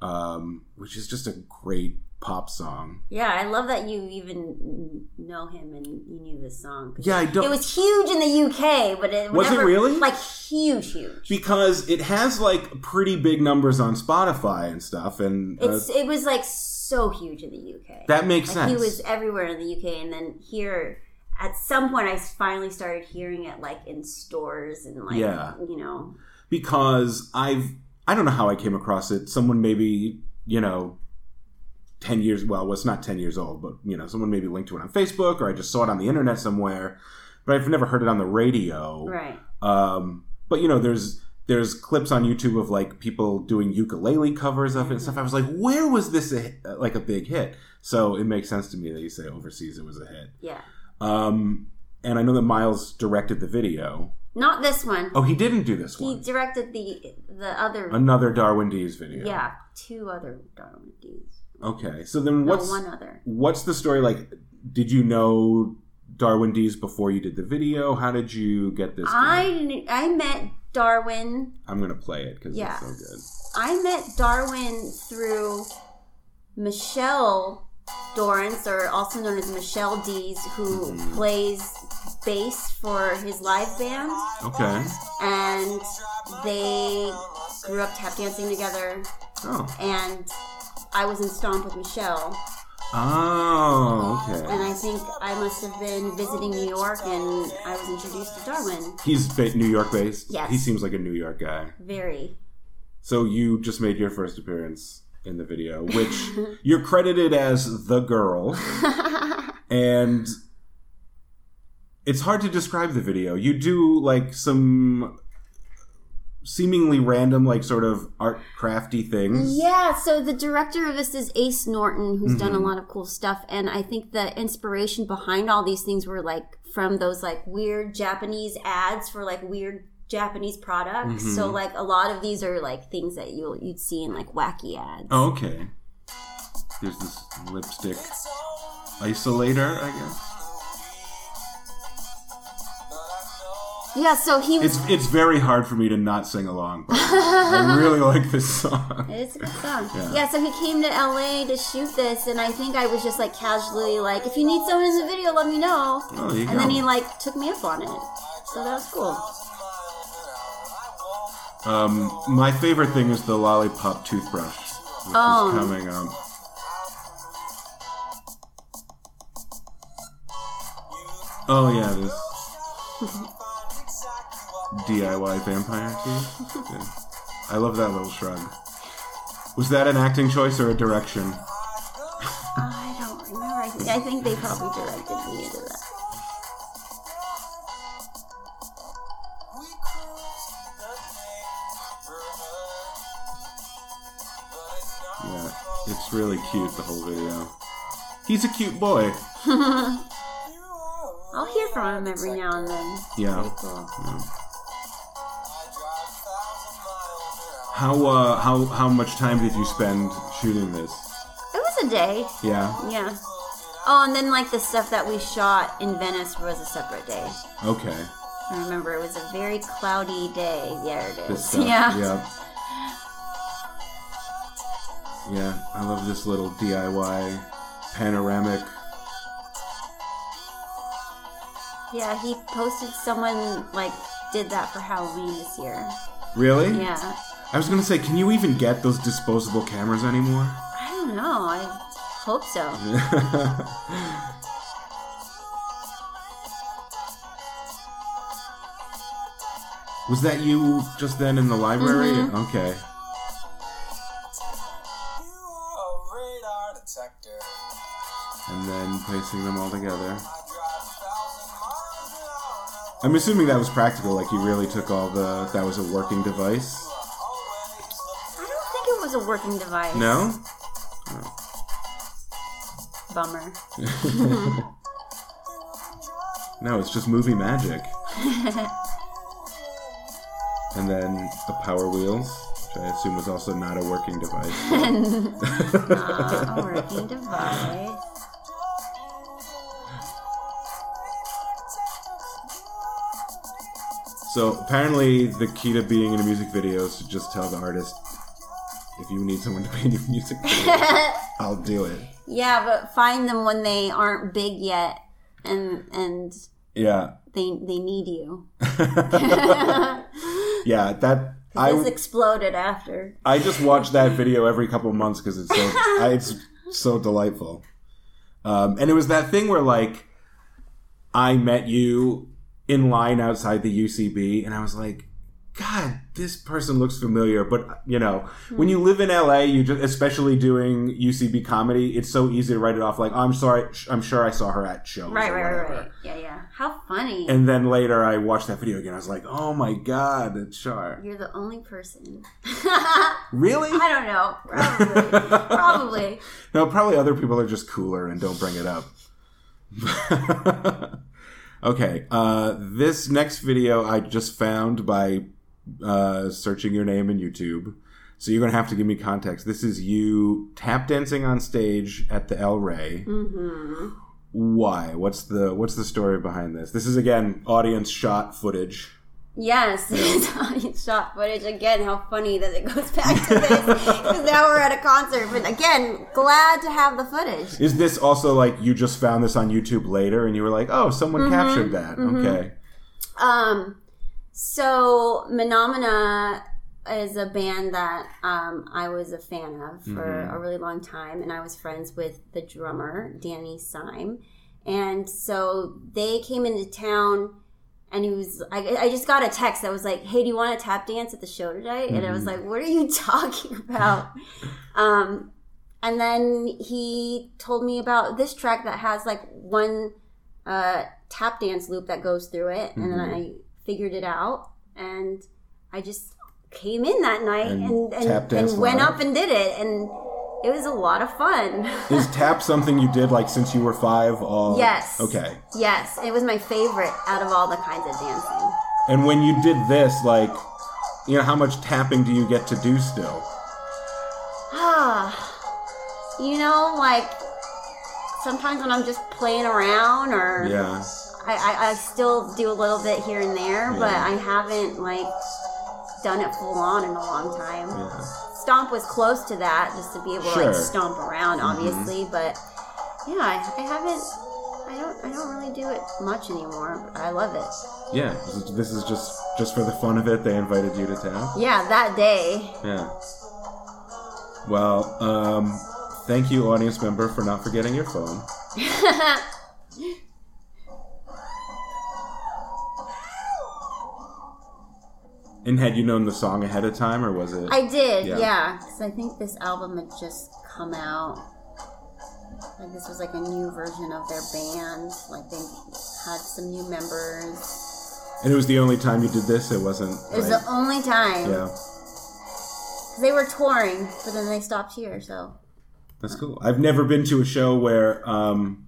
[SPEAKER 1] um, which is just a great pop song.
[SPEAKER 2] Yeah, I love that you even know him and you knew this song. 'Cause
[SPEAKER 1] Yeah, I don't.
[SPEAKER 2] It was huge in the UK, but it
[SPEAKER 1] Was it
[SPEAKER 2] never-
[SPEAKER 1] really?
[SPEAKER 2] like huge, huge?
[SPEAKER 1] because it has like pretty big numbers on Spotify and stuff, and uh,
[SPEAKER 2] It's it was like. So so huge in the UK.
[SPEAKER 1] That makes
[SPEAKER 2] like
[SPEAKER 1] sense.
[SPEAKER 2] he was everywhere in the UK, and then here at some point, I finally started hearing it like in stores and like
[SPEAKER 1] Yeah.
[SPEAKER 2] you know,
[SPEAKER 1] because I've I don't know how I came across it. Someone maybe you know, ten years well, well, it's not ten years old, but you know, someone maybe linked to it on Facebook or I just saw it on the internet somewhere, but I've never heard it on the radio.
[SPEAKER 2] right?
[SPEAKER 1] Um, but you know, there's there's clips on YouTube of like people doing ukulele covers of it and stuff. I was like, where was this a, like a big hit? So it makes sense to me that you say overseas it was a hit.
[SPEAKER 2] Yeah,
[SPEAKER 1] Um, and I know that Miles directed the video.
[SPEAKER 2] not this one.
[SPEAKER 1] Oh, he didn't do this
[SPEAKER 2] he
[SPEAKER 1] one.
[SPEAKER 2] directed the the other.
[SPEAKER 1] Another Darwin Dees video.
[SPEAKER 2] yeah, two other Darwin D's.
[SPEAKER 1] Okay. So then,
[SPEAKER 2] No,
[SPEAKER 1] what's
[SPEAKER 2] one other.
[SPEAKER 1] what's the story like? Did you know Darwin Dees before you did the video? How did you get this?
[SPEAKER 2] I kn- I met Darwin
[SPEAKER 1] I'm gonna play it because
[SPEAKER 2] Yeah.
[SPEAKER 1] it's so good.
[SPEAKER 2] I met Darwin through Michelle Dorrance, or also known as Michelle Dees, who plays bass for his live band,
[SPEAKER 1] Okay.
[SPEAKER 2] and they grew up tap dancing together.
[SPEAKER 1] Oh.
[SPEAKER 2] And I was in Stomp with Michelle,
[SPEAKER 1] Oh. Okay.
[SPEAKER 2] and I think I must have been visiting New York, and I was introduced to Darwin.
[SPEAKER 1] He's ba- New York based.
[SPEAKER 2] Yes.
[SPEAKER 1] He seems like a New York guy.
[SPEAKER 2] Very <laughs>
[SPEAKER 1] So you just made your first appearance in the video, which
[SPEAKER 2] <laughs>
[SPEAKER 1] you're credited as the girl, and it's hard to describe the video. You do like some seemingly random, like sort of art crafty things.
[SPEAKER 2] Yeah, so the director of this is Ace Norton, who's done a lot of cool stuff, and I think the inspiration behind all these things were like from those like weird Japanese ads for like weird Japanese products. So like a lot of these are like things that you will you'd see in like wacky ads.
[SPEAKER 1] Oh, okay. There's this lipstick isolator, I guess.
[SPEAKER 2] Yeah, so he was.
[SPEAKER 1] It's it's very hard for me to not sing along, but I really like this song.
[SPEAKER 2] It's a good song.
[SPEAKER 1] Yeah.
[SPEAKER 2] Yeah. so he came to LA to shoot this, and I think I was just like casually like, if you need someone in the video, let me know.
[SPEAKER 1] Oh, there you
[SPEAKER 2] and
[SPEAKER 1] go.
[SPEAKER 2] then he like took me up on it. So that was cool.
[SPEAKER 1] Um, my favorite thing is the lollipop toothbrush, which
[SPEAKER 2] Oh.
[SPEAKER 1] is coming up. Oh yeah,
[SPEAKER 2] <laughs>
[SPEAKER 1] this DIY vampire too. Yeah. I love that little shrug. Was that an acting choice or a direction?
[SPEAKER 2] I don't remember. I think, I think they probably directed me into that.
[SPEAKER 1] Yeah, it's really cute. The whole video. He's a cute boy.
[SPEAKER 2] I'll hear from him every now and then.
[SPEAKER 1] Yeah.
[SPEAKER 2] Cool.
[SPEAKER 1] Yeah. How uh, how how much time did you spend shooting this?
[SPEAKER 2] It was a day.
[SPEAKER 1] Yeah.
[SPEAKER 2] Yeah. Oh, and then like the stuff that we shot in Venice was a separate day.
[SPEAKER 1] Okay.
[SPEAKER 2] I remember it was a very cloudy day. There it
[SPEAKER 1] This
[SPEAKER 2] is.
[SPEAKER 1] stuff.
[SPEAKER 2] Yeah.
[SPEAKER 1] Yeah. Yeah, I love this little DIY panoramic.
[SPEAKER 2] Yeah, He posted someone like did that for Halloween this year.
[SPEAKER 1] Really?
[SPEAKER 2] Yeah.
[SPEAKER 1] I was gonna say, can you even get those disposable cameras anymore?
[SPEAKER 2] I don't know. I hope so.
[SPEAKER 1] <laughs> Was that you just then in the library? Okay. And then placing them all together. I'm assuming that was practical, like you really took all the. That was a working device?
[SPEAKER 2] I don't think it was a working device.
[SPEAKER 1] No? <laughs>
[SPEAKER 2] Bummer. <laughs>
[SPEAKER 1] No, it's just movie magic. and then the power wheels, which I assume was also not a working
[SPEAKER 2] <laughs>
[SPEAKER 1] device. <laughs>
[SPEAKER 2] Not a working <laughs> device.
[SPEAKER 1] So apparently, the key to being in a music video is to just tell the artist, if you need someone to be in your music video,
[SPEAKER 2] <laughs>
[SPEAKER 1] I'll do it.
[SPEAKER 2] Yeah, but find them when they aren't big yet, and and
[SPEAKER 1] Yeah, <laughs>
[SPEAKER 2] they they need you.
[SPEAKER 1] yeah. That
[SPEAKER 2] <laughs> This
[SPEAKER 1] I
[SPEAKER 2] exploded after.
[SPEAKER 1] I just watch that video every couple months because it's so I, it's so delightful. Um, and it was that thing where like I met you in line outside the UCB, and I was like, God, this person looks familiar. But you know, when you live in LA, you just especially doing UCB comedy, it's so easy to write it off. Like, "Oh, I'm sorry, I'm sure I saw her at shows,
[SPEAKER 2] Right,
[SPEAKER 1] or
[SPEAKER 2] right,
[SPEAKER 1] whatever.
[SPEAKER 2] right, right. Yeah, yeah. How funny.
[SPEAKER 1] And then later, I watched that video again. I was like, "Oh my god, it's Char!"
[SPEAKER 2] You're the only person. <laughs> I
[SPEAKER 1] Really?
[SPEAKER 2] don't know. Probably. <laughs> Probably.
[SPEAKER 1] No, probably other people are just cooler and don't bring it up. <laughs> okay, uh, this next video I just found by uh, searching your name in YouTube. So you're going to have to give me context. This is you tap dancing on stage at the El Rey.
[SPEAKER 2] hmm
[SPEAKER 1] Why? What's the what's the story behind this? This is again audience shot footage.
[SPEAKER 2] Yes, <laughs> it's shot footage again. How funny that it goes back to this <laughs> because now we're at a concert. But again, glad to have the footage.
[SPEAKER 1] Is this also like you just found this on YouTube later and you were like, "Oh, someone captured that." Okay.
[SPEAKER 2] Um, so Menomina is a band that um, I was a fan of for
[SPEAKER 1] Mhm.
[SPEAKER 2] a really long time, and I was friends with the drummer Danny Syme, and so they came into town. And he was, I, I just got a text that was like, hey, do you want to tap dance at the show today? And I was
[SPEAKER 1] Mhm.
[SPEAKER 2] like, what are you <laughs> talking about? um, and then he told me about this track that has like one uh, tap dance loop that goes through it. And then
[SPEAKER 1] Mm-hmm.
[SPEAKER 2] I figured it out. And I just came in that night
[SPEAKER 1] And
[SPEAKER 2] and, and,
[SPEAKER 1] tap
[SPEAKER 2] and,
[SPEAKER 1] danced
[SPEAKER 2] went
[SPEAKER 1] live.
[SPEAKER 2] up and did it. And it was a lot of fun. <laughs>
[SPEAKER 1] Is tap something you did like since you were five? All
[SPEAKER 2] Yes.
[SPEAKER 1] Okay.
[SPEAKER 2] yes, it was my favorite out of all the kinds of dancing. <sighs>
[SPEAKER 1] And when you did this, like, you know, how much tapping do you get to do still?
[SPEAKER 2] Ah, you know, like sometimes when I'm just playing around or
[SPEAKER 1] Yeah.
[SPEAKER 2] I, I, I still do a little bit here and there, but
[SPEAKER 1] Yeah.
[SPEAKER 2] I haven't like done it full on in a long time.
[SPEAKER 1] Yeah.
[SPEAKER 2] Stomp was close to that, just to be able to like
[SPEAKER 1] Sure. Mm-hmm.
[SPEAKER 2] stomp around, obviously. But yeah, I, I haven't. I don't. I don't really do it much anymore. But I love it.
[SPEAKER 1] Yeah. This is, this is just just for the fun of it. They invited you to tap.
[SPEAKER 2] Yeah, that day. <laughs>
[SPEAKER 1] Yeah. Well, um, thank you, audience member, for not forgetting your phone. And had you known the song ahead of time, or was it?
[SPEAKER 2] I did,
[SPEAKER 1] Yeah.
[SPEAKER 2] yeah. Because I think this album had just come out. Like this was like a new version of their band. Like they had some new members.
[SPEAKER 1] and it was the only time you did this. It wasn't.
[SPEAKER 2] It was
[SPEAKER 1] like-
[SPEAKER 2] the only time.
[SPEAKER 1] yeah.
[SPEAKER 2] 'Cause They were touring, but then they stopped here. So
[SPEAKER 1] That's cool. I've never been to a show where um,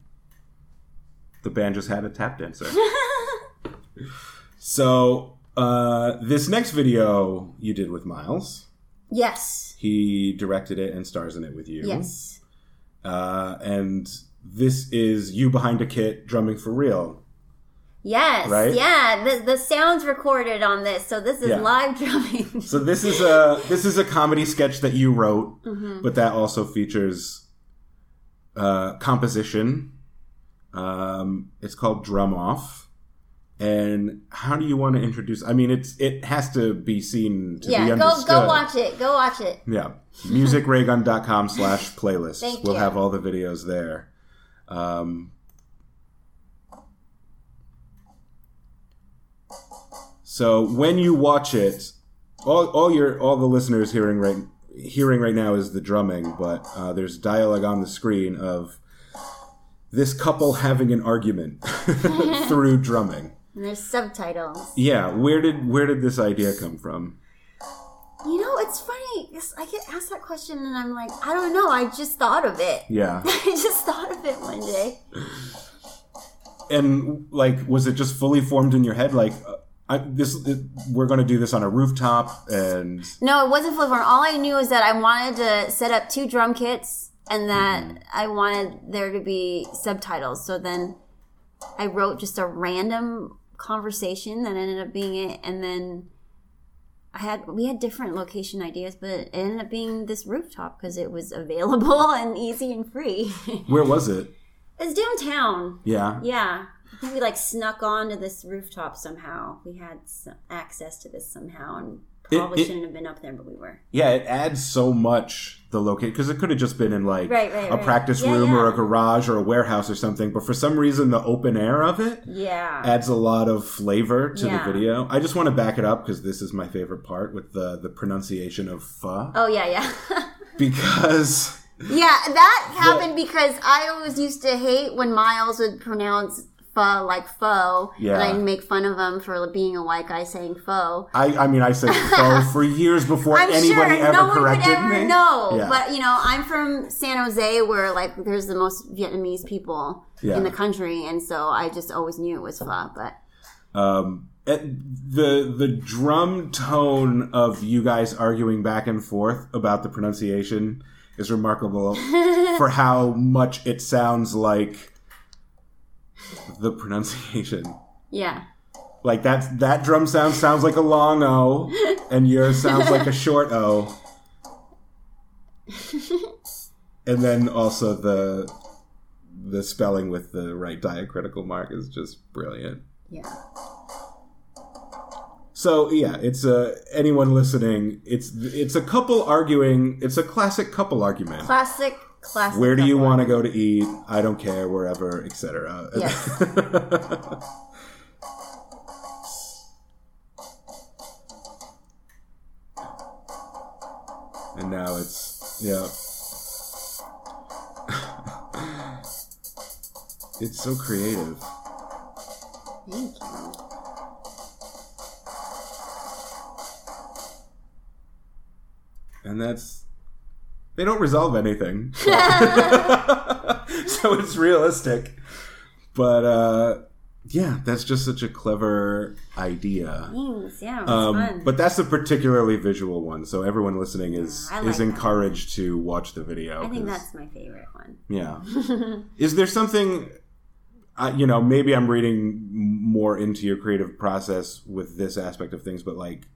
[SPEAKER 1] the band just had a tap dancer. so uh, this next video you did with Miles,
[SPEAKER 2] yes,
[SPEAKER 1] he directed it and stars in it with you.
[SPEAKER 2] yes,
[SPEAKER 1] Uh, and this is you behind a kit drumming for real.
[SPEAKER 2] yes,
[SPEAKER 1] Right?
[SPEAKER 2] yeah. The the sounds recorded on this, so this is
[SPEAKER 1] Yeah.
[SPEAKER 2] live drumming.
[SPEAKER 1] So this is a this is a comedy sketch that you wrote,
[SPEAKER 2] Mm-hmm.
[SPEAKER 1] but that also features uh, composition. Um, it's called Drum Off. And how do you want to introduce? I mean, it's it has to be seen to be
[SPEAKER 2] <laughs> yeah, go
[SPEAKER 1] understood.
[SPEAKER 2] go watch it. Go watch it.
[SPEAKER 1] Yeah, musicraygun.com slash playlist.
[SPEAKER 2] Thank
[SPEAKER 1] we'll
[SPEAKER 2] you.
[SPEAKER 1] have all the videos there. Um, so when you watch it, all, all your all the listeners hearing right hearing right now is the drumming, but uh, there's dialogue on the screen of this couple having an argument <laughs> through drumming.
[SPEAKER 2] And there's subtitles.
[SPEAKER 1] Yeah, where did where did this idea come from?
[SPEAKER 2] You know, it's funny. 'cause I get asked that question, and I'm like, I don't know. I just thought of it. <laughs>
[SPEAKER 1] Yeah.
[SPEAKER 2] I just thought of it one day.
[SPEAKER 1] and like was it just fully formed in your head like uh, I, this we're going to do this on a rooftop and
[SPEAKER 2] No, it wasn't flip phone. All I knew is that I wanted to set up two drum kits, and that
[SPEAKER 1] Mm-hmm.
[SPEAKER 2] I wanted there to be subtitles. So then I wrote just a random conversation that ended up being it, and then. I had we had different location ideas, but it ended up being this rooftop because it was available <laughs> and easy and free. <laughs>
[SPEAKER 1] where was it
[SPEAKER 2] it's downtown.
[SPEAKER 1] yeah
[SPEAKER 2] Yeah. I think we like snuck onto this rooftop somehow. We had some access to this somehow and
[SPEAKER 1] It-
[SPEAKER 2] probably
[SPEAKER 1] it-
[SPEAKER 2] shouldn't have been up there, but we were.
[SPEAKER 1] yeah it adds so much the location because it could have just been in like
[SPEAKER 2] Right, right,
[SPEAKER 1] a
[SPEAKER 2] right.
[SPEAKER 1] practice
[SPEAKER 2] Yeah,
[SPEAKER 1] room or
[SPEAKER 2] yeah.
[SPEAKER 1] a garage or a warehouse or something. But for some reason, the open air of it
[SPEAKER 2] Yeah.
[SPEAKER 1] adds a lot of flavor to
[SPEAKER 2] Yeah.
[SPEAKER 1] the video. I just want to back it up because this is my favorite part with the the pronunciation of "fa"
[SPEAKER 2] oh yeah, <laughs> yeah.
[SPEAKER 1] because
[SPEAKER 2] Yeah, that happened because I always used to hate when Miles would pronounce pho like foe.
[SPEAKER 1] Yeah.
[SPEAKER 2] And I'd make fun of him for being a white guy saying foe.
[SPEAKER 1] I I mean I said
[SPEAKER 2] <laughs>
[SPEAKER 1] "fo" for years before
[SPEAKER 2] I'm
[SPEAKER 1] anybody
[SPEAKER 2] sure
[SPEAKER 1] ever
[SPEAKER 2] no one would
[SPEAKER 1] corrected
[SPEAKER 2] ever
[SPEAKER 1] me.
[SPEAKER 2] know.
[SPEAKER 1] Yeah.
[SPEAKER 2] But, you know, I'm from San Jose where, like, there's the most Vietnamese people
[SPEAKER 1] Yeah.
[SPEAKER 2] in the country. And so I just always knew it was pho. But
[SPEAKER 1] um at the the drum tone of you guys arguing back and forth about the pronunciation is remarkable for how much it sounds like the pronunciation
[SPEAKER 2] yeah.
[SPEAKER 1] like that that drum sound sounds like a long o and yours sounds like a short o and then also the the spelling with the right diacritical mark is just brilliant
[SPEAKER 2] Yeah.
[SPEAKER 1] So yeah, it's a anyone listening. It's it's a couple arguing. It's a classic couple argument.
[SPEAKER 2] Classic, classic.
[SPEAKER 1] Where do you
[SPEAKER 2] couple.
[SPEAKER 1] want to go to eat? I don't care. Wherever, etc.
[SPEAKER 2] Yes.
[SPEAKER 1] <laughs> and now it's yeah. <laughs> it's so creative.
[SPEAKER 2] Thank you.
[SPEAKER 1] and that's they don't resolve anything
[SPEAKER 2] <laughs>
[SPEAKER 1] <laughs> so it's realistic but uh yeah that's just such a clever idea
[SPEAKER 2] Thanks. Yeah, it was
[SPEAKER 1] um,
[SPEAKER 2] fun.
[SPEAKER 1] but that's a particularly visual one so everyone listening is
[SPEAKER 2] Yeah, I like
[SPEAKER 1] is
[SPEAKER 2] that.
[SPEAKER 1] encouraged to watch the video
[SPEAKER 2] I think
[SPEAKER 1] 'cause-
[SPEAKER 2] that's my favorite one. <laughs>
[SPEAKER 1] yeah is there something I, you know maybe i'm reading more into your creative process with this aspect of things but like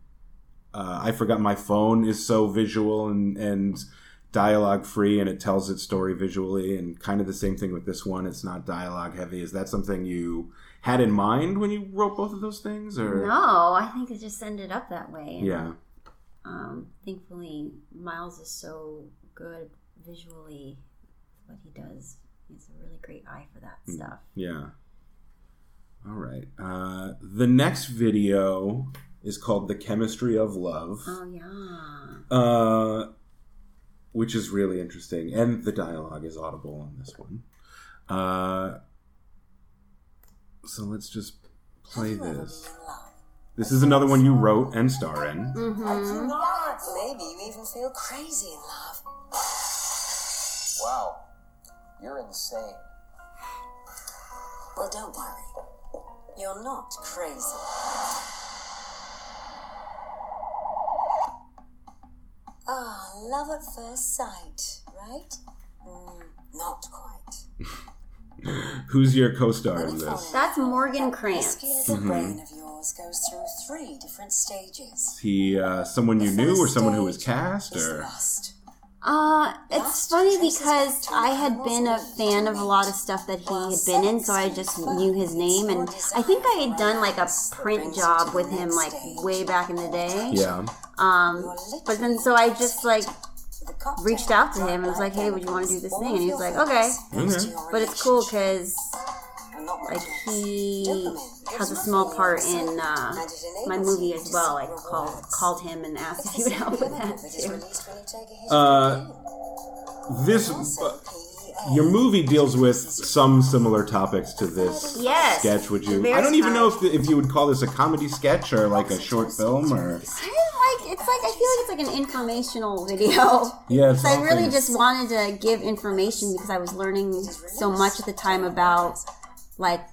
[SPEAKER 1] uh, i forgot my phone is so visual and and dialogue free and it tells its story visually and kind of the same thing with this one it's not dialogue heavy is that something you had in mind when you wrote both of those things or
[SPEAKER 2] No, I think it just ended up that way. and,
[SPEAKER 1] yeah
[SPEAKER 2] Um, thankfully, Miles is so good visually. with What he does, he has a really great eye for
[SPEAKER 1] Hmm.
[SPEAKER 2] that stuff.
[SPEAKER 1] Yeah. All right. Uh, the next video is called "The Chemistry of Love,"
[SPEAKER 2] Oh yeah,
[SPEAKER 1] uh, which is really interesting, and the dialogue is audible on this one. Uh, so let's just play this. This is another one you wrote and star in.
[SPEAKER 2] Mm.
[SPEAKER 3] Mm. Maybe you even feel crazy in love.
[SPEAKER 4] Wow, you're insane.
[SPEAKER 3] Well, don't worry. You're not crazy. Ah, love at first sight, right? Mm, not quite.
[SPEAKER 1] Who's your co-star in
[SPEAKER 3] Really
[SPEAKER 1] this?
[SPEAKER 3] funny.
[SPEAKER 2] that's Morgan
[SPEAKER 3] This
[SPEAKER 2] Krantz.
[SPEAKER 3] little
[SPEAKER 1] Mm-hmm.
[SPEAKER 3] brain of yours goes through three different stages.
[SPEAKER 1] Is he uh, someone you
[SPEAKER 3] The
[SPEAKER 1] knew, or
[SPEAKER 3] first
[SPEAKER 1] someone who was
[SPEAKER 3] stage
[SPEAKER 1] cast,
[SPEAKER 3] is
[SPEAKER 1] or
[SPEAKER 3] lust.
[SPEAKER 2] Uh, it's funny because I had been a fan of a lot of stuff that he had been in, so I just knew his name, and I think I had done like a print job with him like way back in the day.
[SPEAKER 1] yeah?
[SPEAKER 2] Um, but then so I just like
[SPEAKER 3] The cocktail
[SPEAKER 2] reached out to him and was
[SPEAKER 3] drug
[SPEAKER 2] like, "Hey, would you want to do this thing?" And he was like, "Okay."
[SPEAKER 3] Thanks
[SPEAKER 1] Mm-hmm.
[SPEAKER 3] to your
[SPEAKER 2] But it's cool because
[SPEAKER 3] relationship. I'm not
[SPEAKER 2] like
[SPEAKER 3] much else.
[SPEAKER 2] he has a small part in uh, my movie as well. I called called <laughs> him and asked if he would help with
[SPEAKER 3] <laughs>
[SPEAKER 2] that too.
[SPEAKER 1] Uh, This uh, Your movie deals with some similar topics to this
[SPEAKER 2] Yes,
[SPEAKER 1] sketch. Would you?
[SPEAKER 2] the
[SPEAKER 1] I don't even
[SPEAKER 2] very
[SPEAKER 1] know if, if you would call this a comedy sketch or like a short film or.
[SPEAKER 2] I like it's like I feel like it's like an informational
[SPEAKER 3] <laughs>
[SPEAKER 2] video.
[SPEAKER 1] Yeah, it's
[SPEAKER 2] <laughs> So I
[SPEAKER 1] all
[SPEAKER 2] really
[SPEAKER 1] things-
[SPEAKER 2] just wanted to give information because I was learning so much at the time about like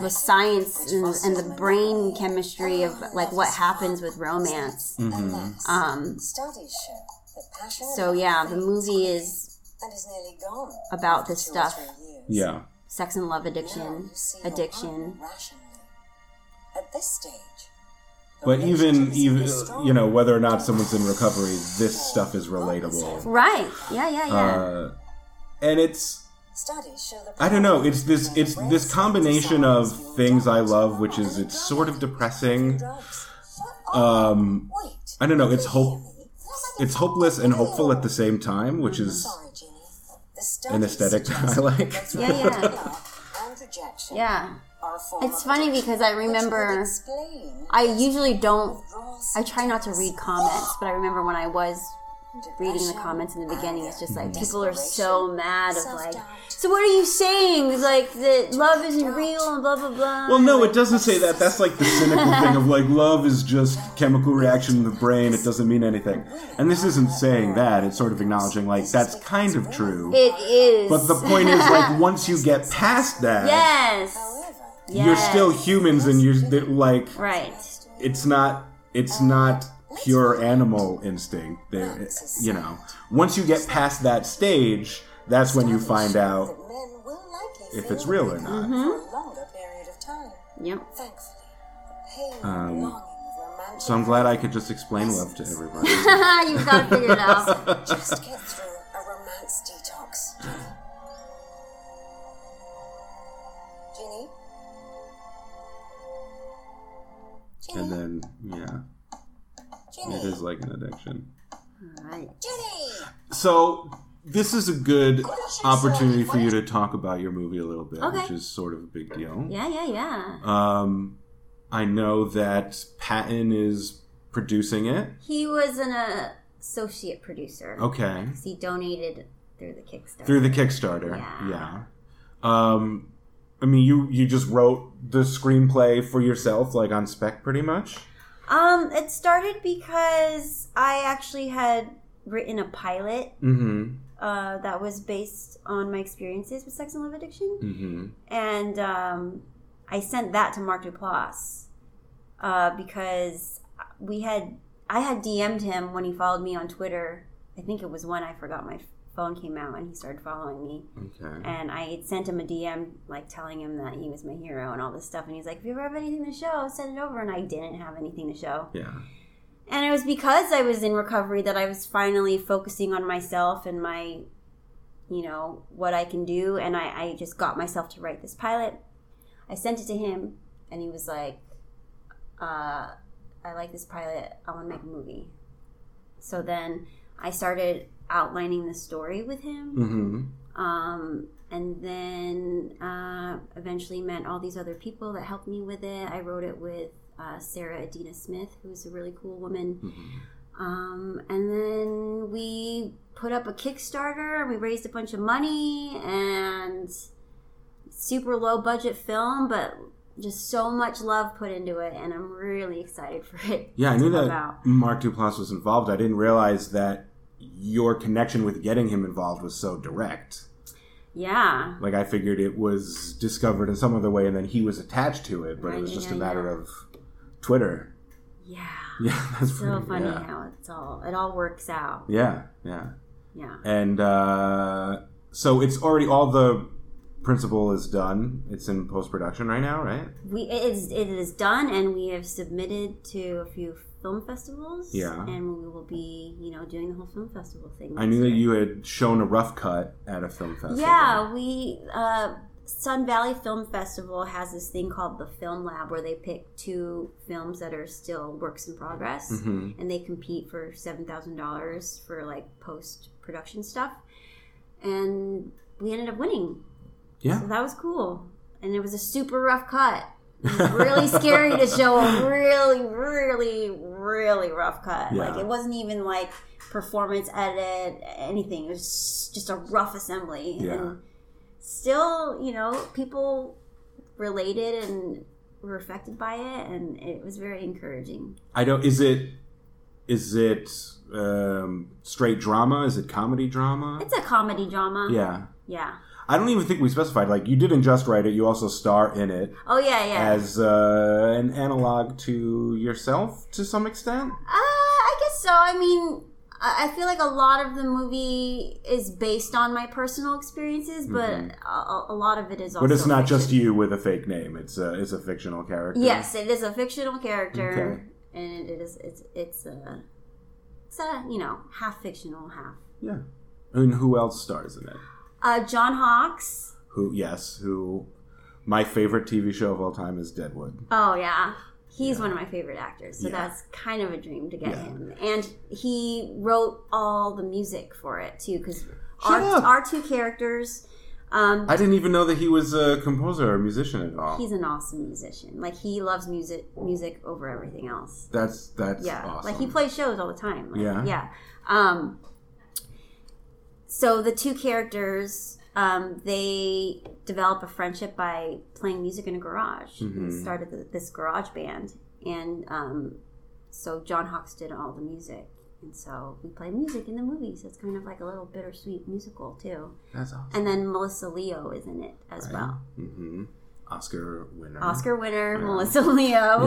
[SPEAKER 2] the science and, and the brain chemistry of like what happens with romance.
[SPEAKER 1] Mm-hmm.
[SPEAKER 2] Um,
[SPEAKER 3] Studies show that passion
[SPEAKER 2] so yeah, the movie is
[SPEAKER 3] and is nearly gone.
[SPEAKER 2] about this
[SPEAKER 3] Two or
[SPEAKER 2] stuff:
[SPEAKER 3] three years.
[SPEAKER 1] Yeah.
[SPEAKER 2] sex and love
[SPEAKER 3] Now
[SPEAKER 2] addiction,
[SPEAKER 3] you see your
[SPEAKER 2] addiction.
[SPEAKER 3] partner rationally. At this stage, the
[SPEAKER 1] But even
[SPEAKER 3] relationship is
[SPEAKER 1] even uh,
[SPEAKER 3] strong.
[SPEAKER 1] you know whether or not someone's in recovery, this stuff is relatable.
[SPEAKER 2] Right? Yeah, yeah, yeah.
[SPEAKER 1] Uh, and it's
[SPEAKER 3] Studies show the
[SPEAKER 1] I don't know. It's this it's this combination of things I love, which is it's sort of depressing.
[SPEAKER 3] Drugs. Shut up.
[SPEAKER 1] Um,
[SPEAKER 3] Wait.
[SPEAKER 1] I don't know, it's
[SPEAKER 3] Can you
[SPEAKER 1] hope-
[SPEAKER 3] hear me?
[SPEAKER 1] it's hopeless and hopeful at the same time, which is
[SPEAKER 3] Sorry, Jeannie. The
[SPEAKER 1] an aesthetic <laughs> I like.
[SPEAKER 2] Yeah, yeah.
[SPEAKER 3] and rejection
[SPEAKER 2] Yeah.
[SPEAKER 3] are a form
[SPEAKER 2] It's
[SPEAKER 3] of
[SPEAKER 2] funny because I remember
[SPEAKER 3] explain
[SPEAKER 2] I usually don't I try not to read comments, but I remember when I was reading the comments in the beginning, it's just like people are so mad of like so what are you saying? It's Like that love isn't real and blah blah blah.
[SPEAKER 1] Well, no, it doesn't say that. That's like the cynical thing of like love is just chemical reaction in the brain. It doesn't mean anything. And this isn't saying that. It's sort of acknowledging like that's kind of true.
[SPEAKER 2] It is.
[SPEAKER 1] But the point is
[SPEAKER 2] <laughs>
[SPEAKER 1] like once you get past that,
[SPEAKER 2] Yes. yes.
[SPEAKER 1] you're still humans and you're th- like
[SPEAKER 2] right.
[SPEAKER 1] it's not it's not pure animal instinct. There, you know. Once you get past that stage, that's when you find out
[SPEAKER 3] that men will likely
[SPEAKER 1] if
[SPEAKER 3] feel
[SPEAKER 1] it's real or not.
[SPEAKER 3] for
[SPEAKER 2] Mm-hmm.
[SPEAKER 3] a longer period of time.
[SPEAKER 2] Yep. <laughs>
[SPEAKER 3] Thankfully, the pain and
[SPEAKER 1] Um,
[SPEAKER 3] longing of romantic
[SPEAKER 1] So I'm glad I could just explain love to
[SPEAKER 2] <laughs>
[SPEAKER 1] everybody.
[SPEAKER 2] You've got it figured
[SPEAKER 1] <laughs>
[SPEAKER 2] out.
[SPEAKER 3] just get through a romance detox. Jenny. Jenny?
[SPEAKER 1] And then, yeah, it
[SPEAKER 3] Jenny?
[SPEAKER 1] is like an addiction.
[SPEAKER 2] Right.
[SPEAKER 3] Jenny!
[SPEAKER 1] So this is a good opportunity for you to talk about your movie a little bit,
[SPEAKER 2] Okay.
[SPEAKER 1] which is sort of a big deal.
[SPEAKER 2] Yeah, yeah, yeah.
[SPEAKER 1] Um, I know that Patton is producing it.
[SPEAKER 2] He was an uh, associate producer.
[SPEAKER 1] Okay,
[SPEAKER 2] He donated through the Kickstarter.
[SPEAKER 1] through the Kickstarter.
[SPEAKER 2] Yeah.
[SPEAKER 1] Yeah. Um, I mean, you you just wrote the screenplay for yourself, like on spec, pretty much.
[SPEAKER 2] um, it started because I actually had written a pilot
[SPEAKER 1] Mm-hmm.
[SPEAKER 2] uh, that was based on my experiences with sex and love addiction.
[SPEAKER 1] Mm-hmm.
[SPEAKER 2] and um, I sent that to Mark Duplass uh, because we had I had DM'd him when he followed me on Twitter. I think it was when I forgot my phone came out and he started following me.
[SPEAKER 1] Okay.
[SPEAKER 2] And I had sent him a DM like telling him that he was my hero and all this stuff. And he's like, "If you ever have anything to show, send it over." And I didn't have anything to show.
[SPEAKER 1] Yeah.
[SPEAKER 2] And it was because I was in recovery that I was finally focusing on myself and my, you know, what I can do. And I, I just got myself to write this pilot. I sent it to him, and he was like, uh, I like this pilot. I want to make a movie. So then I started outlining the story with him.
[SPEAKER 1] Mm-hmm.
[SPEAKER 2] Um, and then uh, eventually met all these other people that helped me with it. I wrote it with uh, Sarah Adina Smith, who's a really cool woman.
[SPEAKER 1] mm-hmm.
[SPEAKER 2] Um, and then we put up a Kickstarter. We raised a bunch of money and super low budget film, but just so much love put into it, and I'm really excited for it. <laughs>
[SPEAKER 1] Yeah, I
[SPEAKER 2] to
[SPEAKER 1] knew
[SPEAKER 2] come
[SPEAKER 1] that
[SPEAKER 2] out.
[SPEAKER 1] Mark Duplass was involved. I didn't realize that your connection with getting him involved was so direct.
[SPEAKER 2] Yeah,
[SPEAKER 1] Like I figured it was discovered in some other way, and then he was attached to it, but
[SPEAKER 2] Right,
[SPEAKER 1] it was just
[SPEAKER 2] yeah,
[SPEAKER 1] a matter
[SPEAKER 2] yeah.
[SPEAKER 1] of Twitter. <laughs>
[SPEAKER 2] yeah.
[SPEAKER 1] Yeah, that's
[SPEAKER 2] So
[SPEAKER 1] pretty,
[SPEAKER 2] funny
[SPEAKER 1] Yeah.
[SPEAKER 2] how it's all it all works out.
[SPEAKER 1] yeah, yeah.
[SPEAKER 2] Yeah,
[SPEAKER 1] And uh, so it's already all the principle is done. It's in post production right now, right?
[SPEAKER 2] we it is it is done, and we have submitted to a few film festivals.
[SPEAKER 1] Yeah.
[SPEAKER 2] and we will be you know doing the whole film festival thing.
[SPEAKER 1] I
[SPEAKER 2] next
[SPEAKER 1] knew that
[SPEAKER 2] year.
[SPEAKER 1] you had shown a rough cut at a film festival.
[SPEAKER 2] Yeah, we uh, Sun Valley Film Festival has this thing called the Film Lab where they pick two films that are still works in progress
[SPEAKER 1] hmm
[SPEAKER 2] and they compete for seven thousand dollars for like post production stuff, and we ended up winning. So
[SPEAKER 1] Yeah.
[SPEAKER 2] that was cool, and it was a super rough cut. It was
[SPEAKER 1] <laughs>
[SPEAKER 2] really scary to show a really, really, really rough cut.
[SPEAKER 1] Yeah.
[SPEAKER 2] Like it wasn't even like performance edit anything. It was just a rough assembly.
[SPEAKER 1] Yeah.
[SPEAKER 2] And still, you know, people related and were affected by it, and it was very encouraging.
[SPEAKER 1] I don't. Is it? Is it um, straight drama? Is it comedy drama?
[SPEAKER 2] It's a comedy drama.
[SPEAKER 1] yeah.
[SPEAKER 2] Yeah.
[SPEAKER 1] I don't even think we specified. Like you didn't just write it; you also star in it
[SPEAKER 2] Oh yeah, yeah.
[SPEAKER 1] as uh, an analog to yourself to some extent.
[SPEAKER 2] Uh, I guess so. I mean, I I feel like a lot of the movie is based on my personal experiences, but a- a, a lot of it is also.
[SPEAKER 1] Mm-hmm. But it's not
[SPEAKER 2] fiction.
[SPEAKER 1] just you with a fake name. It's a it's a fictional character.
[SPEAKER 2] Yes, it is a fictional character,
[SPEAKER 1] Okay.
[SPEAKER 2] and it is it's it's a it's a you know half fictional half.
[SPEAKER 1] Yeah. And who else stars in it?
[SPEAKER 2] Uh, John Hawkes.
[SPEAKER 1] Who? Yes. Who? My favorite TV show of all time is Deadwood.
[SPEAKER 2] Oh yeah, He's one of my favorite actors, so
[SPEAKER 1] Yeah.
[SPEAKER 2] that's kind of a dream to get
[SPEAKER 1] Yeah.
[SPEAKER 2] him. And he wrote all the music for it too, because
[SPEAKER 1] Shut
[SPEAKER 2] our,
[SPEAKER 1] up.
[SPEAKER 2] our two characters, um,
[SPEAKER 1] I didn't even know that he was a composer or musician at all.
[SPEAKER 2] he's an awesome musician. Like he loves music, music over everything else.
[SPEAKER 1] that's that's
[SPEAKER 2] yeah
[SPEAKER 1] awesome.
[SPEAKER 2] like he plays shows all the time like,
[SPEAKER 1] Yeah.
[SPEAKER 2] yeah um so the two characters um they develop a friendship by playing music in a garage
[SPEAKER 1] Mhm.
[SPEAKER 2] and started th- this garage band and um so john hawkes did all the music and so we play music in the movie so it's kind of like a little bittersweet musical too
[SPEAKER 1] That's awesome.
[SPEAKER 2] and then melissa leo is in it as well
[SPEAKER 1] hmm Oscar winner.
[SPEAKER 2] oscar winner
[SPEAKER 1] Yeah.
[SPEAKER 2] melissa <laughs> leo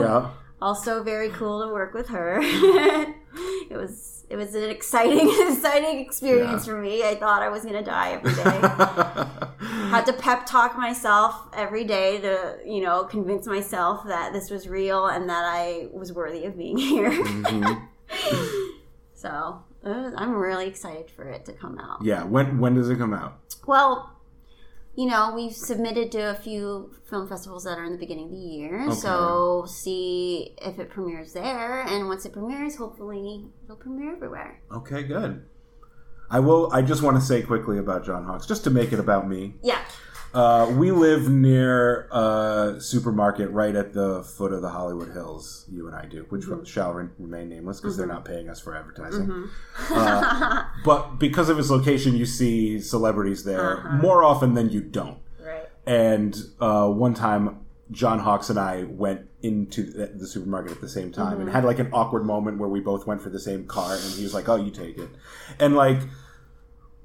[SPEAKER 1] <laughs> Yeah.
[SPEAKER 2] also very cool to work with her. <laughs> it was it was an exciting <laughs> exciting experience
[SPEAKER 1] Yeah.
[SPEAKER 2] for me. I thought I was gonna die
[SPEAKER 1] <laughs>
[SPEAKER 2] every day. Had to pep talk myself every day to you know convince myself that this was real and that I was worthy of being <laughs> here.
[SPEAKER 1] Mhm.
[SPEAKER 2] so uh, I'm really excited for it to come out.
[SPEAKER 1] Yeah. When when does it come out?
[SPEAKER 2] Well. You know, we've submitted to a few film festivals that are in the beginning of the year, so see if it premieres there. And once it premieres, hopefully it'll premiere everywhere.
[SPEAKER 1] Okay. Good. I will. I just want to say quickly about John Hawks, just to make it about me.
[SPEAKER 2] Yeah.
[SPEAKER 1] Uh, we live near a supermarket right at the foot of the Hollywood Hills. You and I do, which
[SPEAKER 2] Mm-hmm.
[SPEAKER 1] shall re- remain nameless because they're not paying us for advertising.
[SPEAKER 2] Mm-hmm.
[SPEAKER 1] Uh, But because of its location, you see celebrities there
[SPEAKER 2] Uh-huh.
[SPEAKER 1] more often than you don't.
[SPEAKER 2] <laughs> right.
[SPEAKER 1] And uh, one time, John Hawks and I went into the, the supermarket at the same time
[SPEAKER 2] Mm-hmm.
[SPEAKER 1] and had like an awkward moment where we both went for the same car, and he was like, "Oh, you take it," and like.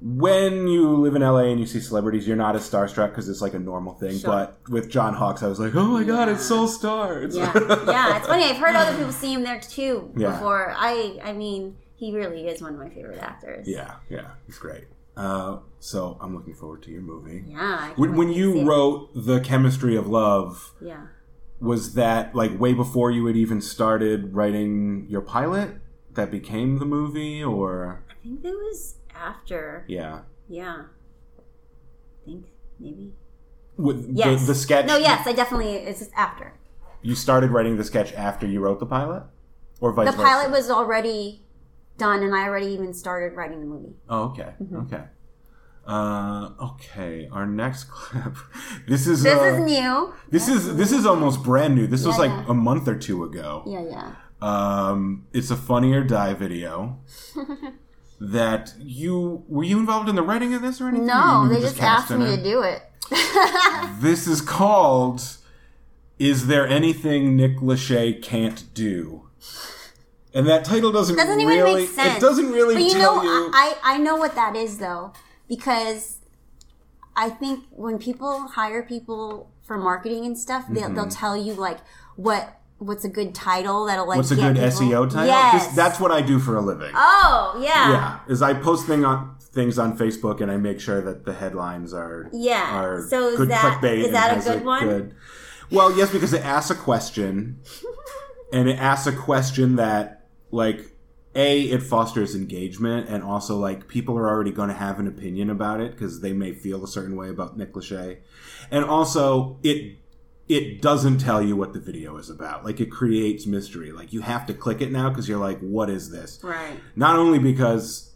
[SPEAKER 1] When you live in LA and you see celebrities, you're not as starstruck because it's like a normal thing.
[SPEAKER 2] Sure.
[SPEAKER 1] But with John Hawks, I was like, "Oh my god, it's Soul Star!" It's
[SPEAKER 2] Yeah.
[SPEAKER 1] <laughs>
[SPEAKER 2] yeah. It's funny. I've heard other people see him there too
[SPEAKER 1] Yeah.
[SPEAKER 2] before. I I mean, he really is one of my favorite actors.
[SPEAKER 1] yeah, yeah, it's great. Uh, so I'm looking forward to your movie.
[SPEAKER 2] Yeah. I
[SPEAKER 1] When,
[SPEAKER 2] can't
[SPEAKER 1] when
[SPEAKER 2] wait to see
[SPEAKER 1] you
[SPEAKER 2] it.
[SPEAKER 1] wrote The Chemistry of Love,
[SPEAKER 2] Yeah.
[SPEAKER 1] was that like way before you had even started writing your pilot that became the movie or
[SPEAKER 2] I think that was after.
[SPEAKER 1] yeah
[SPEAKER 2] Yeah. I think maybe.
[SPEAKER 1] with
[SPEAKER 2] Yes.
[SPEAKER 1] the, the sketch
[SPEAKER 2] No, yes, I definitely. It's just after.
[SPEAKER 1] you started writing the sketch after you wrote the pilot or vice
[SPEAKER 2] The
[SPEAKER 1] versa
[SPEAKER 2] pilot was already done, and I already even started writing the movie.
[SPEAKER 1] oh okay
[SPEAKER 2] Mm-hmm.
[SPEAKER 1] okay uh, okay our next <laughs> clip this is
[SPEAKER 2] This
[SPEAKER 1] uh,
[SPEAKER 2] is new.
[SPEAKER 1] this is this is almost brand new this was
[SPEAKER 2] Yeah,
[SPEAKER 1] like
[SPEAKER 2] yeah.
[SPEAKER 1] a month or two ago
[SPEAKER 2] Yeah, yeah.
[SPEAKER 1] um it's a funny or die
[SPEAKER 2] <laughs>
[SPEAKER 1] video that you were you involved in the writing of this or anything
[SPEAKER 2] No,
[SPEAKER 1] You
[SPEAKER 2] they
[SPEAKER 1] were
[SPEAKER 2] just
[SPEAKER 1] cast
[SPEAKER 2] asked
[SPEAKER 1] in
[SPEAKER 2] me
[SPEAKER 1] it?
[SPEAKER 2] to do it. <laughs>
[SPEAKER 1] This is called Is There Anything Nick Lachey Can't Do? And that title doesn't,
[SPEAKER 2] doesn't even
[SPEAKER 1] really
[SPEAKER 2] make sense.
[SPEAKER 1] it doesn't really
[SPEAKER 2] But you
[SPEAKER 1] tell
[SPEAKER 2] know,
[SPEAKER 1] you
[SPEAKER 2] I I I know what that is though, because I think when people hire people for marketing and stuff, they'll, they'll
[SPEAKER 1] Mm-hmm.
[SPEAKER 2] tell you like what what's a good title that'll like
[SPEAKER 1] what's a good
[SPEAKER 2] get people-
[SPEAKER 1] SEO title?
[SPEAKER 2] Yes,
[SPEAKER 1] This- that's what I do for a living.
[SPEAKER 2] Oh yeah,
[SPEAKER 1] yeah, is I post thing on things on Facebook and I make sure that the headlines are
[SPEAKER 2] Yeah,
[SPEAKER 1] are
[SPEAKER 2] so is
[SPEAKER 1] good
[SPEAKER 2] that-
[SPEAKER 1] clickbait
[SPEAKER 2] is
[SPEAKER 1] and
[SPEAKER 2] that a
[SPEAKER 1] has
[SPEAKER 2] good one?
[SPEAKER 1] Well, yes, because it asks a
[SPEAKER 2] <laughs>
[SPEAKER 1] question, and it asks a question that like a it fosters engagement and also like people are already going to have an opinion about it because they may feel a certain way about Nick Lachey, and also it it doesn't tell you what the video is about like it creates mystery like you have to click it now because you're like what is this
[SPEAKER 2] right.
[SPEAKER 1] not only because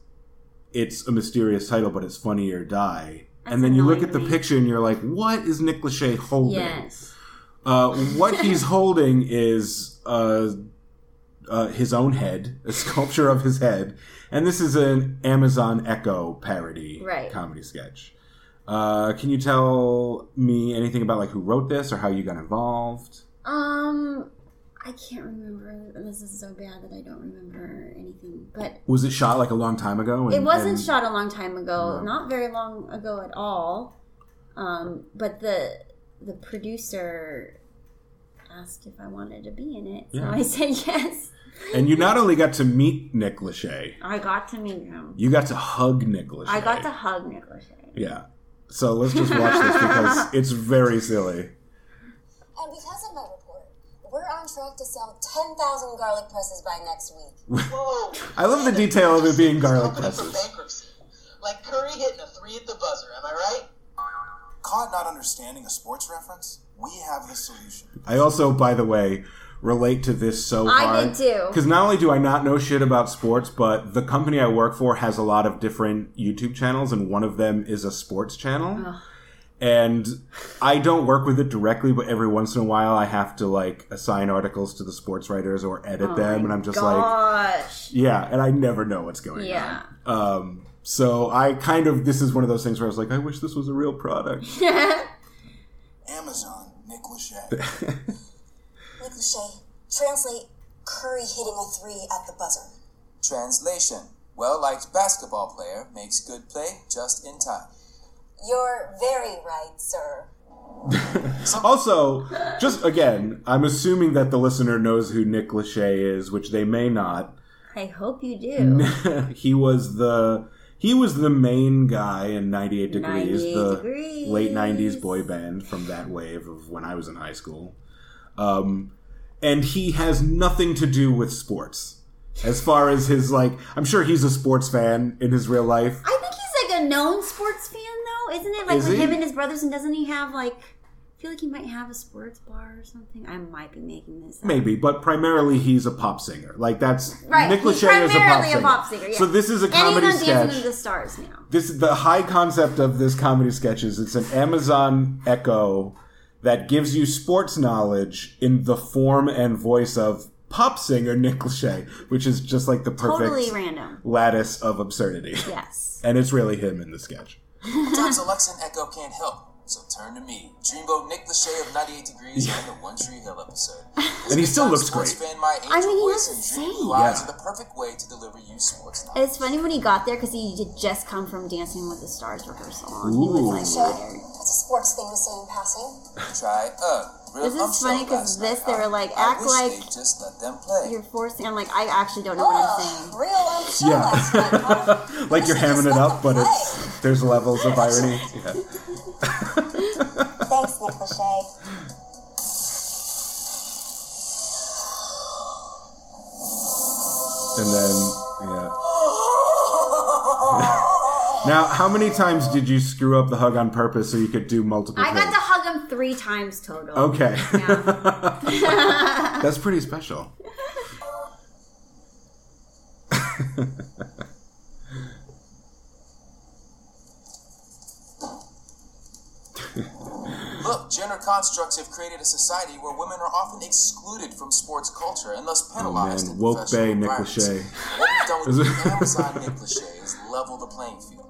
[SPEAKER 1] it's a mysterious title, but it's funny or die.
[SPEAKER 2] That's
[SPEAKER 1] and then you look
[SPEAKER 2] annoying
[SPEAKER 1] at the
[SPEAKER 2] to me.
[SPEAKER 1] picture and you're like, what is Nick Lachey holding?
[SPEAKER 2] Yes,
[SPEAKER 1] Uh, what he's holding is uh, uh, his own head, <laughs> a sculpture of his head. And this is an Amazon Echo parody
[SPEAKER 2] Right.
[SPEAKER 1] comedy sketch. Uh, can you tell me anything about like who wrote this or how you got involved?
[SPEAKER 2] um. I can't remember. This is so bad that I don't remember anything. But
[SPEAKER 1] Was it shot like a long time ago?
[SPEAKER 2] It
[SPEAKER 1] and-
[SPEAKER 2] wasn't
[SPEAKER 1] and-
[SPEAKER 2] shot a long time ago,
[SPEAKER 1] No.
[SPEAKER 2] not very long ago at all. Um, but the the producer asked if I wanted to be in it, so
[SPEAKER 1] Yeah.
[SPEAKER 2] I <laughs> said yes.
[SPEAKER 1] And you not only got to meet Nick Lachey,
[SPEAKER 2] I got to meet him.
[SPEAKER 1] You got to hug Nick Lachey.
[SPEAKER 2] I got to hug Nick Lachey.
[SPEAKER 1] Yeah. So let's just watch this
[SPEAKER 2] <laughs>
[SPEAKER 1] because it's very silly.
[SPEAKER 3] And because of my report, we're on track to sell 10,000 garlic presses by next week.
[SPEAKER 5] Whoa.
[SPEAKER 1] I love the detail of it being garlic
[SPEAKER 5] Opening Oh. for
[SPEAKER 1] presses.
[SPEAKER 5] bankruptcy. Like Curry hitting a three at the buzzer, am I right?
[SPEAKER 6] Caught not understanding a sports reference? We have the solution.
[SPEAKER 1] I also, by the way, relate to this so
[SPEAKER 2] I
[SPEAKER 1] hard.
[SPEAKER 2] did too.
[SPEAKER 1] Because not only do I not know shit about sports, but the company I work for has a lot of different YouTube channels, and one of them is a sports channel. And I don't work with it directly, but every once in a while I have to like assign articles to the sports writers or
[SPEAKER 2] Oh
[SPEAKER 1] edit them, and I'm just like, "Oh
[SPEAKER 2] Gosh.
[SPEAKER 1] yeah, and I never know what's going
[SPEAKER 2] Yeah.
[SPEAKER 1] on. Um, so I kind of this is one of those things where I was like, I wish this was a real product. <laughs>
[SPEAKER 6] Amazon, Nick Lachey.
[SPEAKER 1] <laughs>
[SPEAKER 3] Nick Lachey, translate Curry hitting a three at the buzzer.
[SPEAKER 6] Translation. Well-liked basketball player makes good play just in time.
[SPEAKER 3] You're very right, sir.
[SPEAKER 1] Also, just again, I'm assuming that the listener knows who Nick Lachey is, which they may not.
[SPEAKER 2] <laughs>
[SPEAKER 1] <laughs>
[SPEAKER 2] I hope you do.
[SPEAKER 1] he was the he was the main guy in 98 Degrees,
[SPEAKER 2] 98
[SPEAKER 1] the
[SPEAKER 2] Degrees.
[SPEAKER 1] late 90s boy band from that wave of when I was in high school. Um, and he has nothing to do with sports. As far as his like, I'm sure he's a sports fan in his real life.
[SPEAKER 2] I think he's like a known sports fan, though, isn't it? Like
[SPEAKER 1] Is
[SPEAKER 2] with
[SPEAKER 1] he?
[SPEAKER 2] him and his brothers, and doesn't he have like? I feel like he might have a sports bar or something. I might be making this. up.
[SPEAKER 1] Maybe, but primarily he's a pop singer. Like that's
[SPEAKER 2] Right,
[SPEAKER 1] Nick Lachey
[SPEAKER 2] he's
[SPEAKER 1] is a pop
[SPEAKER 2] primarily
[SPEAKER 1] singer.
[SPEAKER 2] a pop singer, yeah.
[SPEAKER 1] So this is a
[SPEAKER 2] and he's
[SPEAKER 1] comedy
[SPEAKER 2] on
[SPEAKER 1] sketch.
[SPEAKER 2] Dancing with the Stars now.
[SPEAKER 1] this the high concept of this comedy sketch is it's an Amazon Echo that gives you sports knowledge in the form and voice of pop singer Nick Lachey, which is just like the perfect
[SPEAKER 2] Totally random.
[SPEAKER 1] lattice of absurdity.
[SPEAKER 2] Yes.
[SPEAKER 1] And it's really him in the sketch. <laughs>
[SPEAKER 6] Sometimes Alexa and Echo can't help, so turn to me, Dreamboat Nick Lachey of 98 Degrees and the One Tree Hill episode.
[SPEAKER 1] <laughs> And he still looks
[SPEAKER 6] sports
[SPEAKER 1] great.
[SPEAKER 6] fan, my angel
[SPEAKER 2] I mean, he
[SPEAKER 6] voice
[SPEAKER 2] looks
[SPEAKER 6] and dreamy
[SPEAKER 2] insane.
[SPEAKER 6] blue eyes
[SPEAKER 1] Yeah.
[SPEAKER 6] are the perfect way to deliver you sports knowledge.
[SPEAKER 2] And it's funny when he got there because he had just come from Dancing with the Stars rehearsal. And he was
[SPEAKER 1] Ooh.
[SPEAKER 2] like,
[SPEAKER 3] Shay, what's a sports thing to say in passing?
[SPEAKER 6] Try uh, real
[SPEAKER 2] This is funny 'cause this, they were like, act like
[SPEAKER 6] they just let them play.
[SPEAKER 2] you're forcing. I'm like, I actually don't know what
[SPEAKER 1] <gasps>
[SPEAKER 2] I'm saying.
[SPEAKER 3] real I'm sure
[SPEAKER 1] Yeah.
[SPEAKER 3] last night, huh?
[SPEAKER 1] Like you're hamming it up, but
[SPEAKER 2] <laughs>
[SPEAKER 1] it's there's levels of irony. Yeah.
[SPEAKER 3] Thanks, Nick Lachey.
[SPEAKER 1] And then, yeah. <laughs> now, how many times did you screw up the hug on purpose so you could do multiple
[SPEAKER 2] I got
[SPEAKER 1] things?
[SPEAKER 2] to hug him three times total.
[SPEAKER 1] <laughs>
[SPEAKER 2] <laughs>
[SPEAKER 1] Okay.
[SPEAKER 2] Yeah.
[SPEAKER 1] That's pretty special.
[SPEAKER 6] Look, gender constructs have created a society where women are often excluded from sports culture and thus penalized
[SPEAKER 1] Oh, Man,
[SPEAKER 6] in
[SPEAKER 1] woke
[SPEAKER 6] professional
[SPEAKER 1] Bay Nick
[SPEAKER 6] environments.
[SPEAKER 1] Lachey.
[SPEAKER 6] What we've done with
[SPEAKER 1] Is it-
[SPEAKER 6] the Amazon Nick Lachey is level the playing field.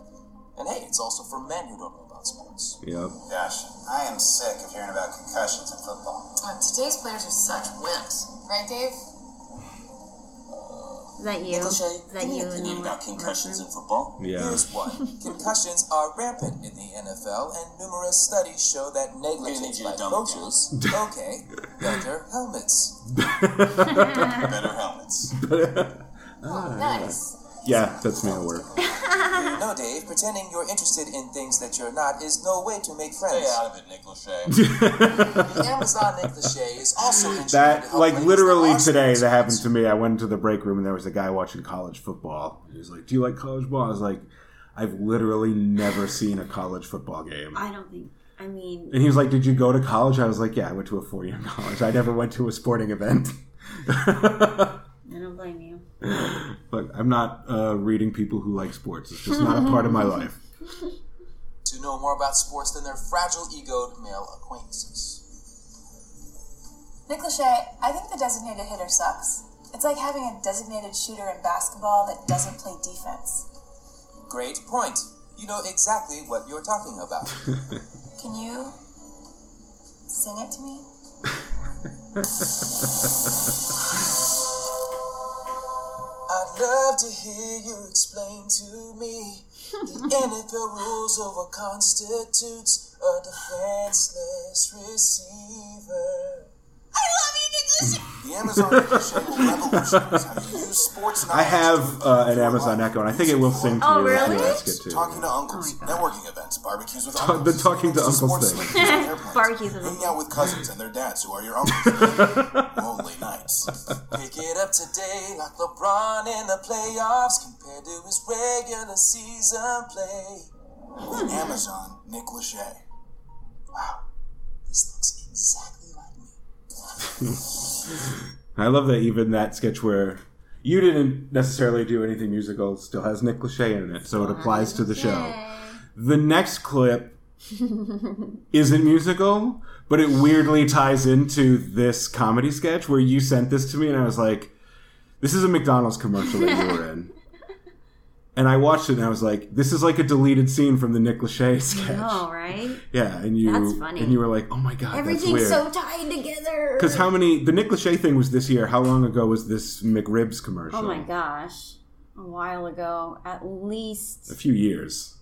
[SPEAKER 6] And hey, it's also for men who don't know about sports.
[SPEAKER 1] Yep.
[SPEAKER 7] Gosh, I am sick of hearing about concussions in football.
[SPEAKER 8] God, today's players are such wimps. Right, Dave?
[SPEAKER 2] Is that you? Is
[SPEAKER 6] Lachey,
[SPEAKER 2] that
[SPEAKER 6] give me
[SPEAKER 2] you?
[SPEAKER 6] an
[SPEAKER 2] in
[SPEAKER 6] opinion
[SPEAKER 2] the
[SPEAKER 6] about concussions in football.
[SPEAKER 1] Yeah.
[SPEAKER 6] Here's one. concussions are rampant in the NFL, and numerous studies show that negligence
[SPEAKER 7] you
[SPEAKER 6] by
[SPEAKER 7] to dumb it
[SPEAKER 6] coaches, <laughs> okay, better helmets.
[SPEAKER 7] Better helmets.
[SPEAKER 8] nice.
[SPEAKER 1] Yeah, that's me at work.
[SPEAKER 6] No, Dave, pretending you're interested in things that you're not is no way to make friends.
[SPEAKER 7] Stay out of it, Nick Lachey.
[SPEAKER 6] The Amazon Nick Lachey is also instrumented to
[SPEAKER 1] That,
[SPEAKER 6] help
[SPEAKER 1] like,
[SPEAKER 6] ladies
[SPEAKER 1] literally
[SPEAKER 6] that are
[SPEAKER 1] today, that
[SPEAKER 6] sports
[SPEAKER 1] happened to me. I went into the break room and there was a guy watching college football. He was like, Do you like college football? I was like, I've literally never seen a college football game.
[SPEAKER 2] I don't think. I mean,
[SPEAKER 1] And he was like, Did you go to college? I was like, Yeah, I went to a four year <laughs> college. I never went to a sporting event. <laughs>
[SPEAKER 2] I don't blame you.
[SPEAKER 1] Look, I'm not uh, reading people who like sports. It's just not a part of my life.
[SPEAKER 6] to know more about sports than their fragile egoed male acquaintances.
[SPEAKER 9] Nick Lachey, I think the designated hitter sucks. It's like having a designated shooter in basketball that doesn't play defense.
[SPEAKER 6] Great point. You know exactly what you're talking
[SPEAKER 1] <laughs>
[SPEAKER 6] about.
[SPEAKER 9] Can you sing it to me?
[SPEAKER 6] I'd love to hear you explain to me the
[SPEAKER 1] <laughs>
[SPEAKER 6] NFL rules over constitutes a defenseless receiver. I love you, Nick The Amazon Nick Lachey will revolutionize how you use sports knowledge
[SPEAKER 1] I have
[SPEAKER 6] to
[SPEAKER 1] uh, an
[SPEAKER 6] improve your
[SPEAKER 1] Amazon
[SPEAKER 6] life.
[SPEAKER 1] Echo, and I think it will sing to
[SPEAKER 2] Oh,
[SPEAKER 1] you if you
[SPEAKER 2] really?
[SPEAKER 1] ask it
[SPEAKER 7] Talking to
[SPEAKER 1] to. uh,
[SPEAKER 7] uncles,
[SPEAKER 2] Oh
[SPEAKER 7] networking events, barbecues with
[SPEAKER 1] Ta-
[SPEAKER 7] uncles.
[SPEAKER 1] the talking to
[SPEAKER 7] sports
[SPEAKER 1] uncles
[SPEAKER 7] leagues
[SPEAKER 1] thing.
[SPEAKER 7] and
[SPEAKER 2] <laughs>
[SPEAKER 7] airplanes,
[SPEAKER 2] Barbecues with
[SPEAKER 7] Hanging
[SPEAKER 2] uncles.
[SPEAKER 7] out with cousins and their dads who are
[SPEAKER 1] <laughs>
[SPEAKER 7] your uncles. Lonely nights.
[SPEAKER 6] Pick it up today, like LeBron in the playoffs, compared to his regular season play.
[SPEAKER 2] Hmm.
[SPEAKER 7] The Amazon, Nick Lachey.
[SPEAKER 6] This looks exactly like me.
[SPEAKER 1] I love that even that sketch where you didn't necessarily do anything musical still has Nick Lachey in it, so it applies to the show. The next clip isn't musical, but it weirdly ties into this comedy sketch where you sent this to me, and I was like, "This is a McDonald's commercial that you were
[SPEAKER 2] <laughs>
[SPEAKER 1] in." And I watched it, and I was like, "This is like a deleted scene from the Nick Lachey sketch."
[SPEAKER 2] Oh, right?
[SPEAKER 1] Yeah, and you
[SPEAKER 2] That's funny.
[SPEAKER 1] and you were like, "Oh my god,
[SPEAKER 2] Everything's
[SPEAKER 1] that's weird."
[SPEAKER 2] so tied together.
[SPEAKER 1] Because how many the Nick Lachey thing was this year? How long ago was this McRibs commercial?
[SPEAKER 2] Oh my gosh. A while ago, at least
[SPEAKER 1] a few years.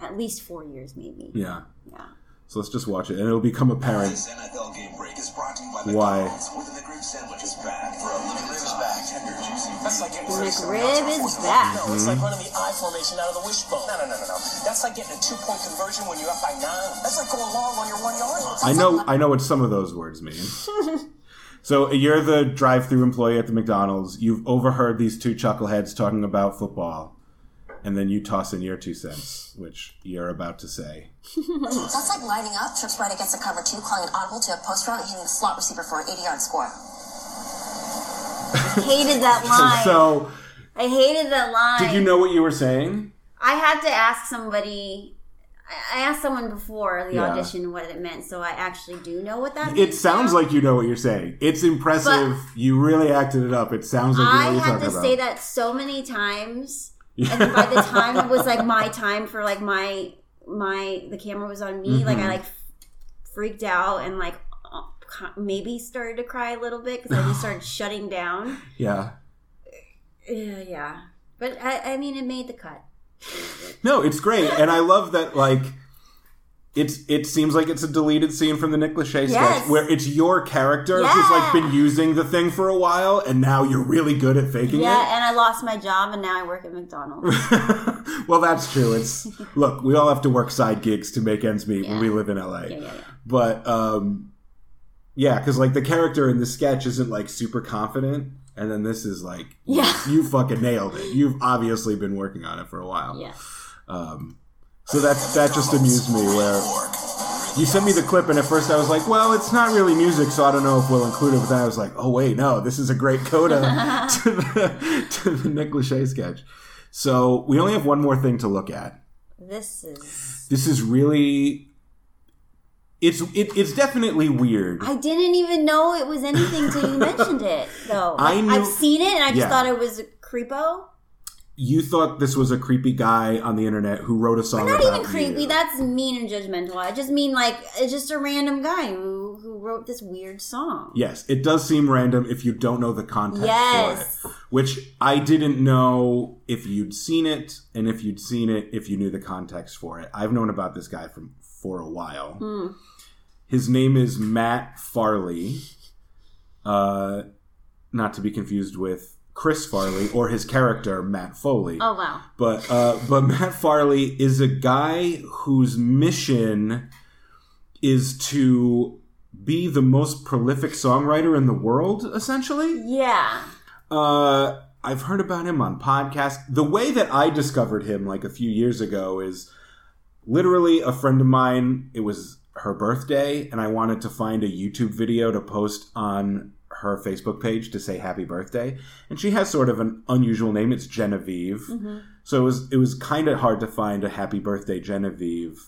[SPEAKER 2] at least four years, maybe.
[SPEAKER 1] Yeah.
[SPEAKER 2] Yeah.
[SPEAKER 1] So let's just watch it, and it'll become apparent.
[SPEAKER 7] This NFL game break is brought to you by
[SPEAKER 1] Why?
[SPEAKER 7] McDonald's with the McRib sandwich is back. For a limited time, tender, juicy.
[SPEAKER 6] That's like getting
[SPEAKER 2] The McRib is back.
[SPEAKER 6] No, it's like running the I formation out of the wishbone. No, no, no, no, no. That's like getting a two point conversion when you're up by nine. That's like going long on your one yard line.
[SPEAKER 1] I know, I know what some of those words mean. so you're the drive-through employee at the McDonald's. You've overheard these two chuckleheads talking about football, and then you toss in your two cents, which you're about to say.
[SPEAKER 8] That's like lining up, trips right against the cover two, calling an audible to a post route, and hitting the slot receiver for an 80 yard score.
[SPEAKER 2] Hated that
[SPEAKER 1] <laughs>
[SPEAKER 2] line.
[SPEAKER 1] So
[SPEAKER 2] I hated that line.
[SPEAKER 1] did you know what you were saying?
[SPEAKER 2] I had to ask somebody. I- I asked someone before the
[SPEAKER 1] Yeah.
[SPEAKER 2] audition what it meant, so I actually do know what that means.
[SPEAKER 1] It sounds like you know what you're saying. It's impressive. you really acted it up. It sounds like you know
[SPEAKER 2] I
[SPEAKER 1] what you're
[SPEAKER 2] had
[SPEAKER 1] talking
[SPEAKER 2] to
[SPEAKER 1] about.
[SPEAKER 2] say that so many times,
[SPEAKER 1] <laughs>
[SPEAKER 2] and then by the time it was like my time for like my my the camera was on me, like I
[SPEAKER 1] Mm-hmm.
[SPEAKER 2] like freaked out and like uh, co- maybe started to cry a little bit because I just started shutting down. <sighs>
[SPEAKER 1] yeah.
[SPEAKER 2] Uh, yeah, but I, I mean, it made the cut.
[SPEAKER 1] No, it's great, and I love that. Like, it's it seems like it's a deleted scene from the Nick Lachey sketch
[SPEAKER 2] Yes.
[SPEAKER 1] where it's your character who's like
[SPEAKER 2] Yeah.
[SPEAKER 1] been using the thing for a while, and now you're really good at faking
[SPEAKER 2] Yeah, and I lost my job, and now I work
[SPEAKER 1] <laughs>
[SPEAKER 2] at McDonald's.
[SPEAKER 1] it. <laughs> well, that's true. It's look, we all have to work side gigs to make ends meet when we live in LA,
[SPEAKER 2] yeah, yeah.
[SPEAKER 1] but um, yeah, because like the character in the sketch isn't like super confident. And then this is like,
[SPEAKER 2] Yeah.
[SPEAKER 1] you fucking nailed it. You've obviously been working on it for a while.
[SPEAKER 2] Yeah.
[SPEAKER 1] Um, so that that just amused me. Where you sent me the clip, and at first I was like, "Well, it's not really music, so I don't know if we'll include it." But then I was like, "Oh wait, no, this is a great
[SPEAKER 2] <laughs>
[SPEAKER 1] coda <laughs> to the to the Nick Lachey sketch." So we only have one more thing to look at.
[SPEAKER 2] This is.
[SPEAKER 1] This is really it's it, it's definitely weird.
[SPEAKER 2] I didn't even know it was anything
[SPEAKER 1] <laughs>
[SPEAKER 2] till you mentioned it, though.
[SPEAKER 1] I
[SPEAKER 2] Like,
[SPEAKER 1] knew-
[SPEAKER 2] I've seen it, and I just
[SPEAKER 1] Yeah.
[SPEAKER 2] thought it was a creepo.
[SPEAKER 1] you thought this was a creepy guy on the internet who wrote a song
[SPEAKER 2] Not
[SPEAKER 1] about
[SPEAKER 2] even creepy.
[SPEAKER 1] you.
[SPEAKER 2] That's mean and judgmental. I just mean like it's just a random guy who who wrote this weird song.
[SPEAKER 1] Yes, it does seem random if you don't know the context
[SPEAKER 2] Yes.
[SPEAKER 1] for it. Which I didn't know if you'd seen it, and if you'd seen it, if you knew the context for it. I've known about this guy from for a while. His name is Matt Farley, uh, not to be confused with Chris Farley or his character Matt Foley.
[SPEAKER 2] Oh wow.
[SPEAKER 1] But uh, but Matt Farley is a guy whose mission is to be the most prolific songwriter in the world. Essentially,
[SPEAKER 2] Yeah.
[SPEAKER 1] uh, I've heard about him on podcasts. The way that I discovered him, like a few years ago, is literally a friend of mine. It was her birthday, and I wanted to find a YouTube video to post on her Facebook page to say happy birthday. And she has sort of an unusual name. It's Genevieve. So it was it was kind of hard to find a happy birthday Genevieve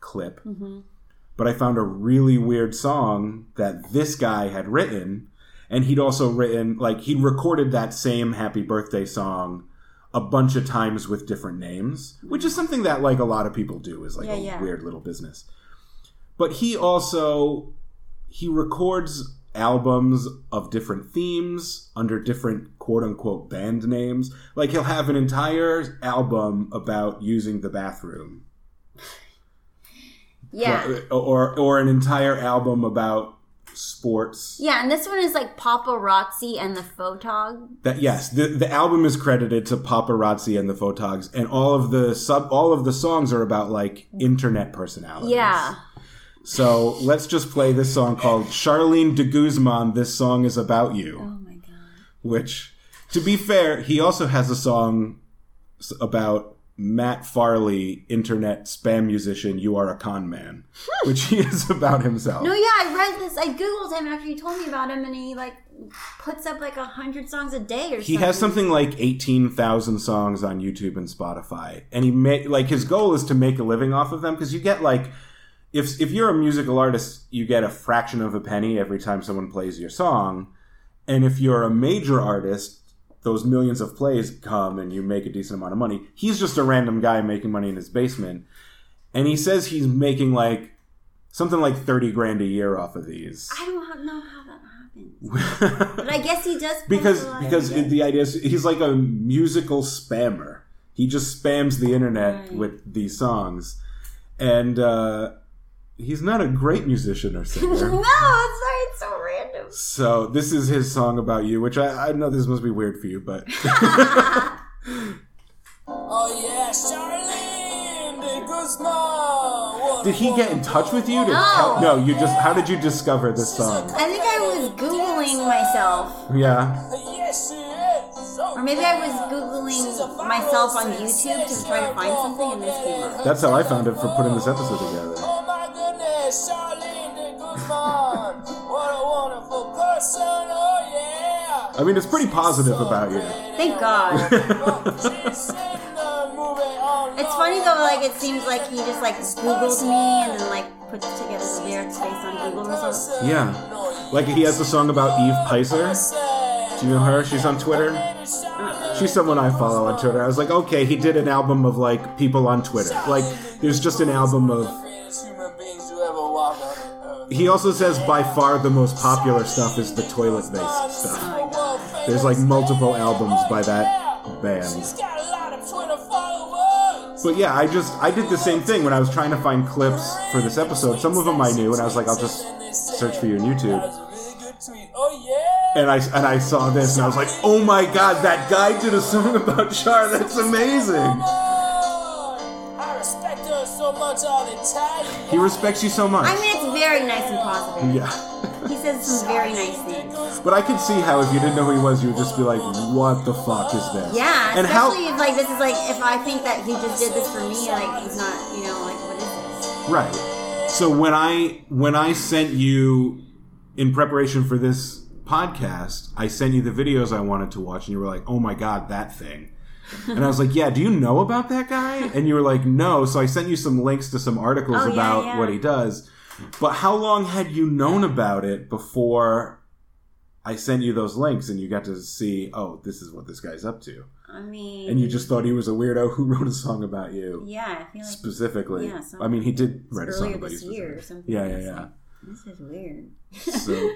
[SPEAKER 1] clip.
[SPEAKER 2] Mm-hmm.
[SPEAKER 1] But I found a really weird song that this guy had written and he'd also written like he'd recorded that same happy birthday song a bunch of times with different names, which is something that like a lot of people do is like
[SPEAKER 2] Yeah,
[SPEAKER 1] a
[SPEAKER 2] yeah.
[SPEAKER 1] weird little business. But he also he records albums of different themes under different quote unquote band names. Like he'll have an entire album about using the bathroom.
[SPEAKER 2] Yeah.
[SPEAKER 1] Or or an entire album about sports.
[SPEAKER 2] Yeah, and this one is like paparazzi and the photog.
[SPEAKER 1] That yes, the the album is credited to Paparazzi and the Photogs and all of the sub all of the songs are about like internet personalities.
[SPEAKER 2] Yeah.
[SPEAKER 1] So let's just play this song called Charlene de Guzman, This Song Is About You.
[SPEAKER 2] Oh my god.
[SPEAKER 1] which to be fair he also has a song s- about Matt Farley, internet spam musician, you are a con
[SPEAKER 2] <laughs>
[SPEAKER 1] man, which he is about himself.
[SPEAKER 2] No, yeah, I read this. I googled him after you told me about him, and he like puts up like a hundred songs a day or something.
[SPEAKER 1] he has something like 18,000 songs on YouTube and Spotify. And he ma- like his goal is to make a living off of them cuz you get like if if you're a musical artist, you get a fraction of a penny every time someone plays your song. And if you're a major artist, those millions of plays come and you make a decent amount of money. He's just a random guy making money in his basement. And he says he's making like something like 30 grand a year off of these.
[SPEAKER 2] I don't ha- know how that happens, but I guess he does post
[SPEAKER 1] because
[SPEAKER 2] a lot.
[SPEAKER 1] <laughs> because it- the idea is he's like a musical spammer. He just spams the internet
[SPEAKER 2] Right.
[SPEAKER 1] with these songs, and uh, he's not a great musician or
[SPEAKER 2] <laughs> no, it's <laughs>
[SPEAKER 1] singer.
[SPEAKER 2] sorry, it's so random.
[SPEAKER 1] so this is his song about you, which I, I know this must be weird for you,
[SPEAKER 2] <laughs>
[SPEAKER 1] but
[SPEAKER 6] Oh yeah, Charlene de Guzman. What
[SPEAKER 1] did
[SPEAKER 6] a
[SPEAKER 1] he get
[SPEAKER 6] woman.
[SPEAKER 1] in touch with you? To
[SPEAKER 2] No.
[SPEAKER 1] tell- no, you just how did you discover this song?
[SPEAKER 2] I think I was googling myself,
[SPEAKER 1] Yeah,
[SPEAKER 6] Yes, she is. So
[SPEAKER 2] or maybe I was
[SPEAKER 6] yeah. She's a
[SPEAKER 2] googling
[SPEAKER 6] viral
[SPEAKER 2] myself on YouTube to
[SPEAKER 6] sensation.
[SPEAKER 2] try to find something, and this came up.
[SPEAKER 1] that's how I found it for putting this episode together.
[SPEAKER 6] Oh my goodness, Charlene de Guzman. what a wonderful person. Oh yeah.
[SPEAKER 1] I mean, it's pretty positive about you.
[SPEAKER 2] Thank God.
[SPEAKER 1] <laughs>
[SPEAKER 6] She's in the movie on
[SPEAKER 2] It's funny though, like it seems like he just like Googled me and then like put together the lyrics based on Google or something.
[SPEAKER 1] Yeah, like he has a song about Eve Pizer. <laughs> Do you know her? She's on Twitter. She's someone I follow on Twitter. I was like, okay, he did an album of like people on Twitter. Like, there's just an album of.
[SPEAKER 6] greatest human beings who ever walked on the earth.
[SPEAKER 1] He also says by far the most popular stuff is the toilet based stuff. There's like multiple albums by that
[SPEAKER 6] She's
[SPEAKER 1] band.
[SPEAKER 6] got a lot of Twitter followers.
[SPEAKER 1] But yeah, I just I did the same thing when I was trying to find clips for this episode. Some of them I knew, and I was like, I'll just search for you on
[SPEAKER 6] That
[SPEAKER 1] YouTube.
[SPEAKER 6] was a really good tweet. Oh yeah.
[SPEAKER 1] And I and I saw this, and I was like, oh my god, that guy did a song <laughs> about Char. That's amazing.
[SPEAKER 6] I respect her so much all the time.
[SPEAKER 1] He respects you so much.
[SPEAKER 2] I mean, it's very nice and positive.
[SPEAKER 1] Yeah.
[SPEAKER 2] He says some very nice things.
[SPEAKER 1] But I could see how if you didn't know who he was, you would just be like, "What the fuck is this?"
[SPEAKER 2] Yeah,
[SPEAKER 1] And how-
[SPEAKER 2] especially if like this is like if I think that he just did this for me, like he's not, you know, like what is this?
[SPEAKER 1] Right. So when I when I sent you in preparation for this podcast, I sent you the videos I wanted to watch, and you were like, "Oh my god, that thing." And I was like, "Yeah, do you know about that guy?" And you were like, "No." So I sent you some links to some articles
[SPEAKER 2] Oh, yeah,
[SPEAKER 1] about
[SPEAKER 2] yeah.
[SPEAKER 1] what he does. But how long had you known about it before I sent you those links and you got to see, "Oh, this is what this guy's up to."
[SPEAKER 2] I mean,
[SPEAKER 1] And you just thought he was a weirdo who <laughs> wrote a song about you
[SPEAKER 2] yeah, I feel like
[SPEAKER 1] specifically.
[SPEAKER 2] Yeah, some-
[SPEAKER 1] I mean, he did write a song
[SPEAKER 2] earlier
[SPEAKER 1] about you
[SPEAKER 2] this year or
[SPEAKER 1] specifically.
[SPEAKER 2] something.
[SPEAKER 1] Yeah,
[SPEAKER 2] I
[SPEAKER 1] yeah,
[SPEAKER 2] was
[SPEAKER 1] yeah.
[SPEAKER 2] like, This is weird. <laughs>
[SPEAKER 1] So,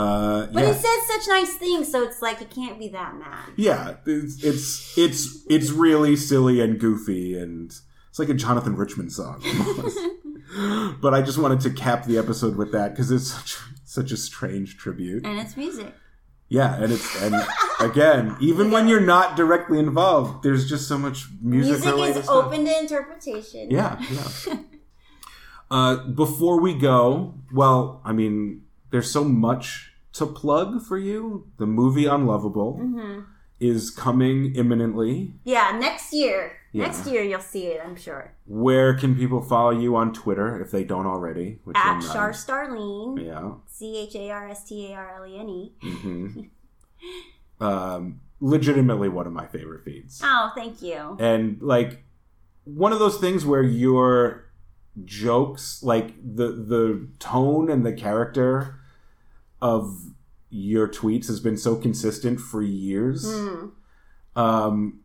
[SPEAKER 1] uh,
[SPEAKER 2] But he
[SPEAKER 1] yeah,
[SPEAKER 2] says such nice things, so it's like you can't be that mad.
[SPEAKER 1] yeah. It's, it's it's it's really silly and goofy, and it's like a Jonathan Richman song. <laughs> almost. but I just wanted to cap the episode with that because it's such, such a strange tribute.
[SPEAKER 2] And it's music.
[SPEAKER 1] Yeah, and it's
[SPEAKER 2] <laughs>
[SPEAKER 1] and again, even when you're not directly involved, there's just so much music.
[SPEAKER 2] Music
[SPEAKER 1] related
[SPEAKER 2] is
[SPEAKER 1] stuff.
[SPEAKER 2] open to interpretation.
[SPEAKER 1] Yeah, yeah. uh, before we go, well, I mean, there's so much to plug for you. The movie Unlovable is coming imminently.
[SPEAKER 2] Mm-hmm. Yeah, next year.
[SPEAKER 1] Yeah.
[SPEAKER 2] Next year you'll see it, I'm sure.
[SPEAKER 1] Where can people follow you on Twitter if they don't already? Which I'm
[SPEAKER 2] At
[SPEAKER 1] not-
[SPEAKER 2] Char Starlene.
[SPEAKER 1] Yeah.
[SPEAKER 2] C H A R S T A R L E N E.
[SPEAKER 1] hmm <laughs> um, legitimately, one of my favorite
[SPEAKER 2] <laughs>
[SPEAKER 1] feeds.
[SPEAKER 2] Oh, thank you.
[SPEAKER 1] and like one of those things where your jokes like the the tone and the character of your tweets has been so consistent for years
[SPEAKER 2] Mm.
[SPEAKER 1] um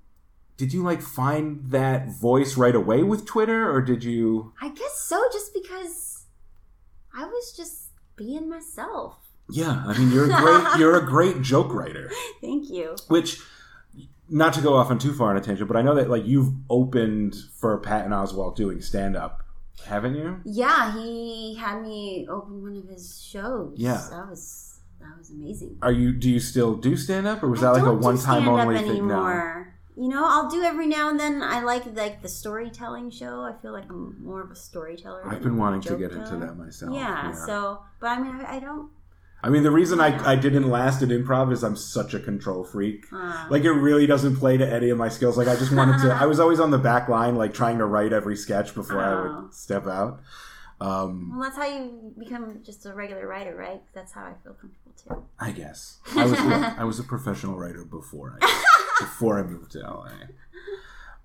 [SPEAKER 1] did you like find that voice right away with twitter or did
[SPEAKER 2] <laughs>
[SPEAKER 1] you
[SPEAKER 2] I guess so, just because I was just being myself. <laughs>
[SPEAKER 1] yeah i mean you're a great you're a great joke writer
[SPEAKER 2] Thank you.
[SPEAKER 1] which not to go off on too far on a tangent but i know that like you've opened for patton oswald doing stand up haven't you
[SPEAKER 2] Yeah, he had me open one of his shows.
[SPEAKER 1] Yeah.
[SPEAKER 2] That was that was amazing.
[SPEAKER 1] Are you? Do you still do stand up, or was
[SPEAKER 2] I
[SPEAKER 1] that like a
[SPEAKER 2] don't do
[SPEAKER 1] one time
[SPEAKER 2] stand-up
[SPEAKER 1] only thing? No.
[SPEAKER 2] You know, I'll do every now and then. I like like the storytelling show. I feel like I'm more of a storyteller.
[SPEAKER 1] I've
[SPEAKER 2] than
[SPEAKER 1] been
[SPEAKER 2] a
[SPEAKER 1] wanting to
[SPEAKER 2] joke
[SPEAKER 1] get into
[SPEAKER 2] teller.
[SPEAKER 1] that myself.
[SPEAKER 2] Yeah, So, but I mean, I, I don't.
[SPEAKER 1] I mean, the reason I, I didn't last at improv is I'm such a control freak.
[SPEAKER 2] um,
[SPEAKER 1] Like, it really doesn't play to any of my skills. Like, I just wanted to,
[SPEAKER 2] <laughs>
[SPEAKER 1] I was always on the back line, like, trying to write every sketch before I
[SPEAKER 2] Oh.
[SPEAKER 1] would step out. Um,
[SPEAKER 2] Well, that's how you become just a regular writer, right? That's how I feel comfortable too.
[SPEAKER 1] I guess. I
[SPEAKER 2] <laughs>
[SPEAKER 1] was, I was a professional writer before I, before I moved to LA.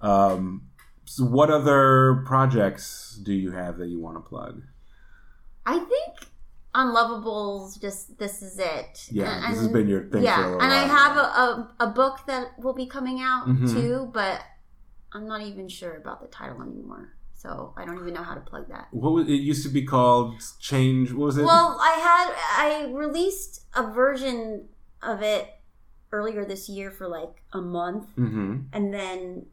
[SPEAKER 1] Um, so what other projects do you have that you want to plug?
[SPEAKER 2] I think Unlovables just this is it.
[SPEAKER 1] Yeah,
[SPEAKER 2] And-
[SPEAKER 1] this has been your thing
[SPEAKER 2] Yeah,
[SPEAKER 1] for a little
[SPEAKER 2] and I
[SPEAKER 1] while.
[SPEAKER 2] have a, a, a book that will be coming out
[SPEAKER 1] Mhm.
[SPEAKER 2] too, but I'm not even sure about the title anymore, so I don't even know how to plug that.
[SPEAKER 1] What was, it used to be called Change. What was it?
[SPEAKER 2] Well, I had I released a version of it earlier this year for like a month,
[SPEAKER 1] mm-hmm.
[SPEAKER 2] and then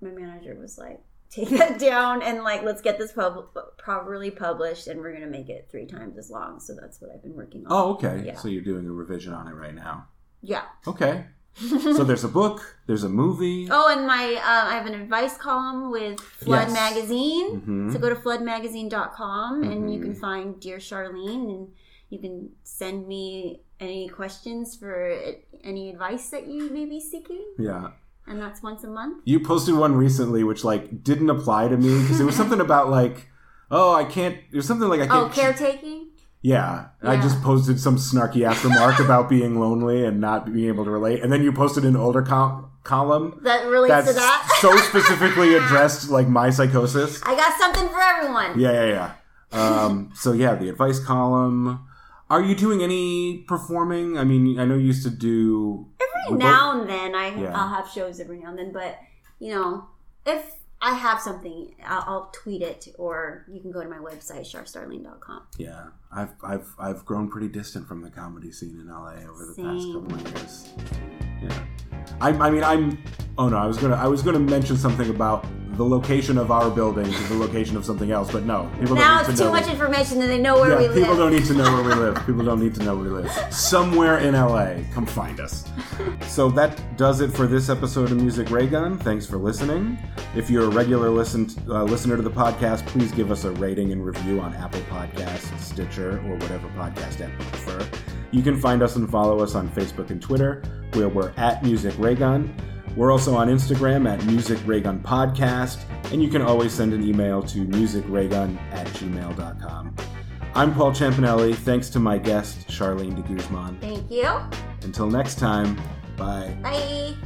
[SPEAKER 2] my manager was like, "Take that <laughs> down and like let's get this pub- properly published, and we're gonna make it three times as long." So that's what I've been working on.
[SPEAKER 1] Oh, okay.
[SPEAKER 2] Yeah.
[SPEAKER 1] So you're doing a revision on it right now.
[SPEAKER 2] yeah.
[SPEAKER 1] Okay. <laughs> so there's a book, there's a movie.
[SPEAKER 2] Oh, and my uh, I have an advice column with Flood
[SPEAKER 1] Yes.
[SPEAKER 2] Magazine.
[SPEAKER 1] Mhm.
[SPEAKER 2] So go to floodmagazine.com and you can
[SPEAKER 1] Mhm.
[SPEAKER 2] find Dear Charlene and you can send me any questions for any advice that you may be seeking.
[SPEAKER 1] Yeah.
[SPEAKER 2] And that's once a month.
[SPEAKER 1] You posted one recently which like didn't apply to me because it was
[SPEAKER 2] <laughs>
[SPEAKER 1] something about like oh, I can't it was something like I
[SPEAKER 2] Oh,
[SPEAKER 1] can't
[SPEAKER 2] caretaking?
[SPEAKER 1] Yeah. And I
[SPEAKER 2] Yeah.
[SPEAKER 1] just posted some snarky ass remark
[SPEAKER 2] <laughs>
[SPEAKER 1] about being lonely and not being able to relate and then you posted an older col column
[SPEAKER 2] That relates
[SPEAKER 1] that's
[SPEAKER 2] to that.
[SPEAKER 1] so specifically addressed like my psychosis.
[SPEAKER 2] <laughs> I got something for everyone.
[SPEAKER 1] Yeah, yeah, yeah. Um, so yeah, the advice column. Are you doing any performing? I mean, I know you used to do.
[SPEAKER 2] Every now and then, I,
[SPEAKER 1] Yeah.
[SPEAKER 2] I'll have shows every now and then, but you know, if I have something, I'll, I'll tweet it or you can go to my website, sharstarlene.com.
[SPEAKER 1] Yeah, I've I've I've grown pretty distant from the comedy scene in LA over the past
[SPEAKER 2] Same.
[SPEAKER 1] couple of years. Yeah, I, I mean, I'm. Oh no, I was gonna I was gonna mention something about the location of our building to the location of something else, but no, people
[SPEAKER 2] Now
[SPEAKER 1] don't need
[SPEAKER 2] it's
[SPEAKER 1] to
[SPEAKER 2] too
[SPEAKER 1] know.
[SPEAKER 2] much information that they know where
[SPEAKER 1] yeah,
[SPEAKER 2] we
[SPEAKER 1] people
[SPEAKER 2] live.
[SPEAKER 1] don't need to know where we live. People don't need to know where we live. Somewhere in LA, come find us. So that does it for this episode of Music Ray Gun. Thanks for listening. If you're a regular listen uh, listener to the podcast, please give us a rating and review on Apple Podcasts, Stitcher, or whatever podcast app you prefer. You can find us and follow us on Facebook and Twitter, where we're at Music Ray Gun. We're also on Instagram at Music Ray Gun Podcast, and you can always send an email to musicraygun at gmail.com. I'm Paul Champanelli. Thanks to my guest, Charlene de Guzman.
[SPEAKER 2] Thank you.
[SPEAKER 1] Until next time, bye.
[SPEAKER 2] Bye.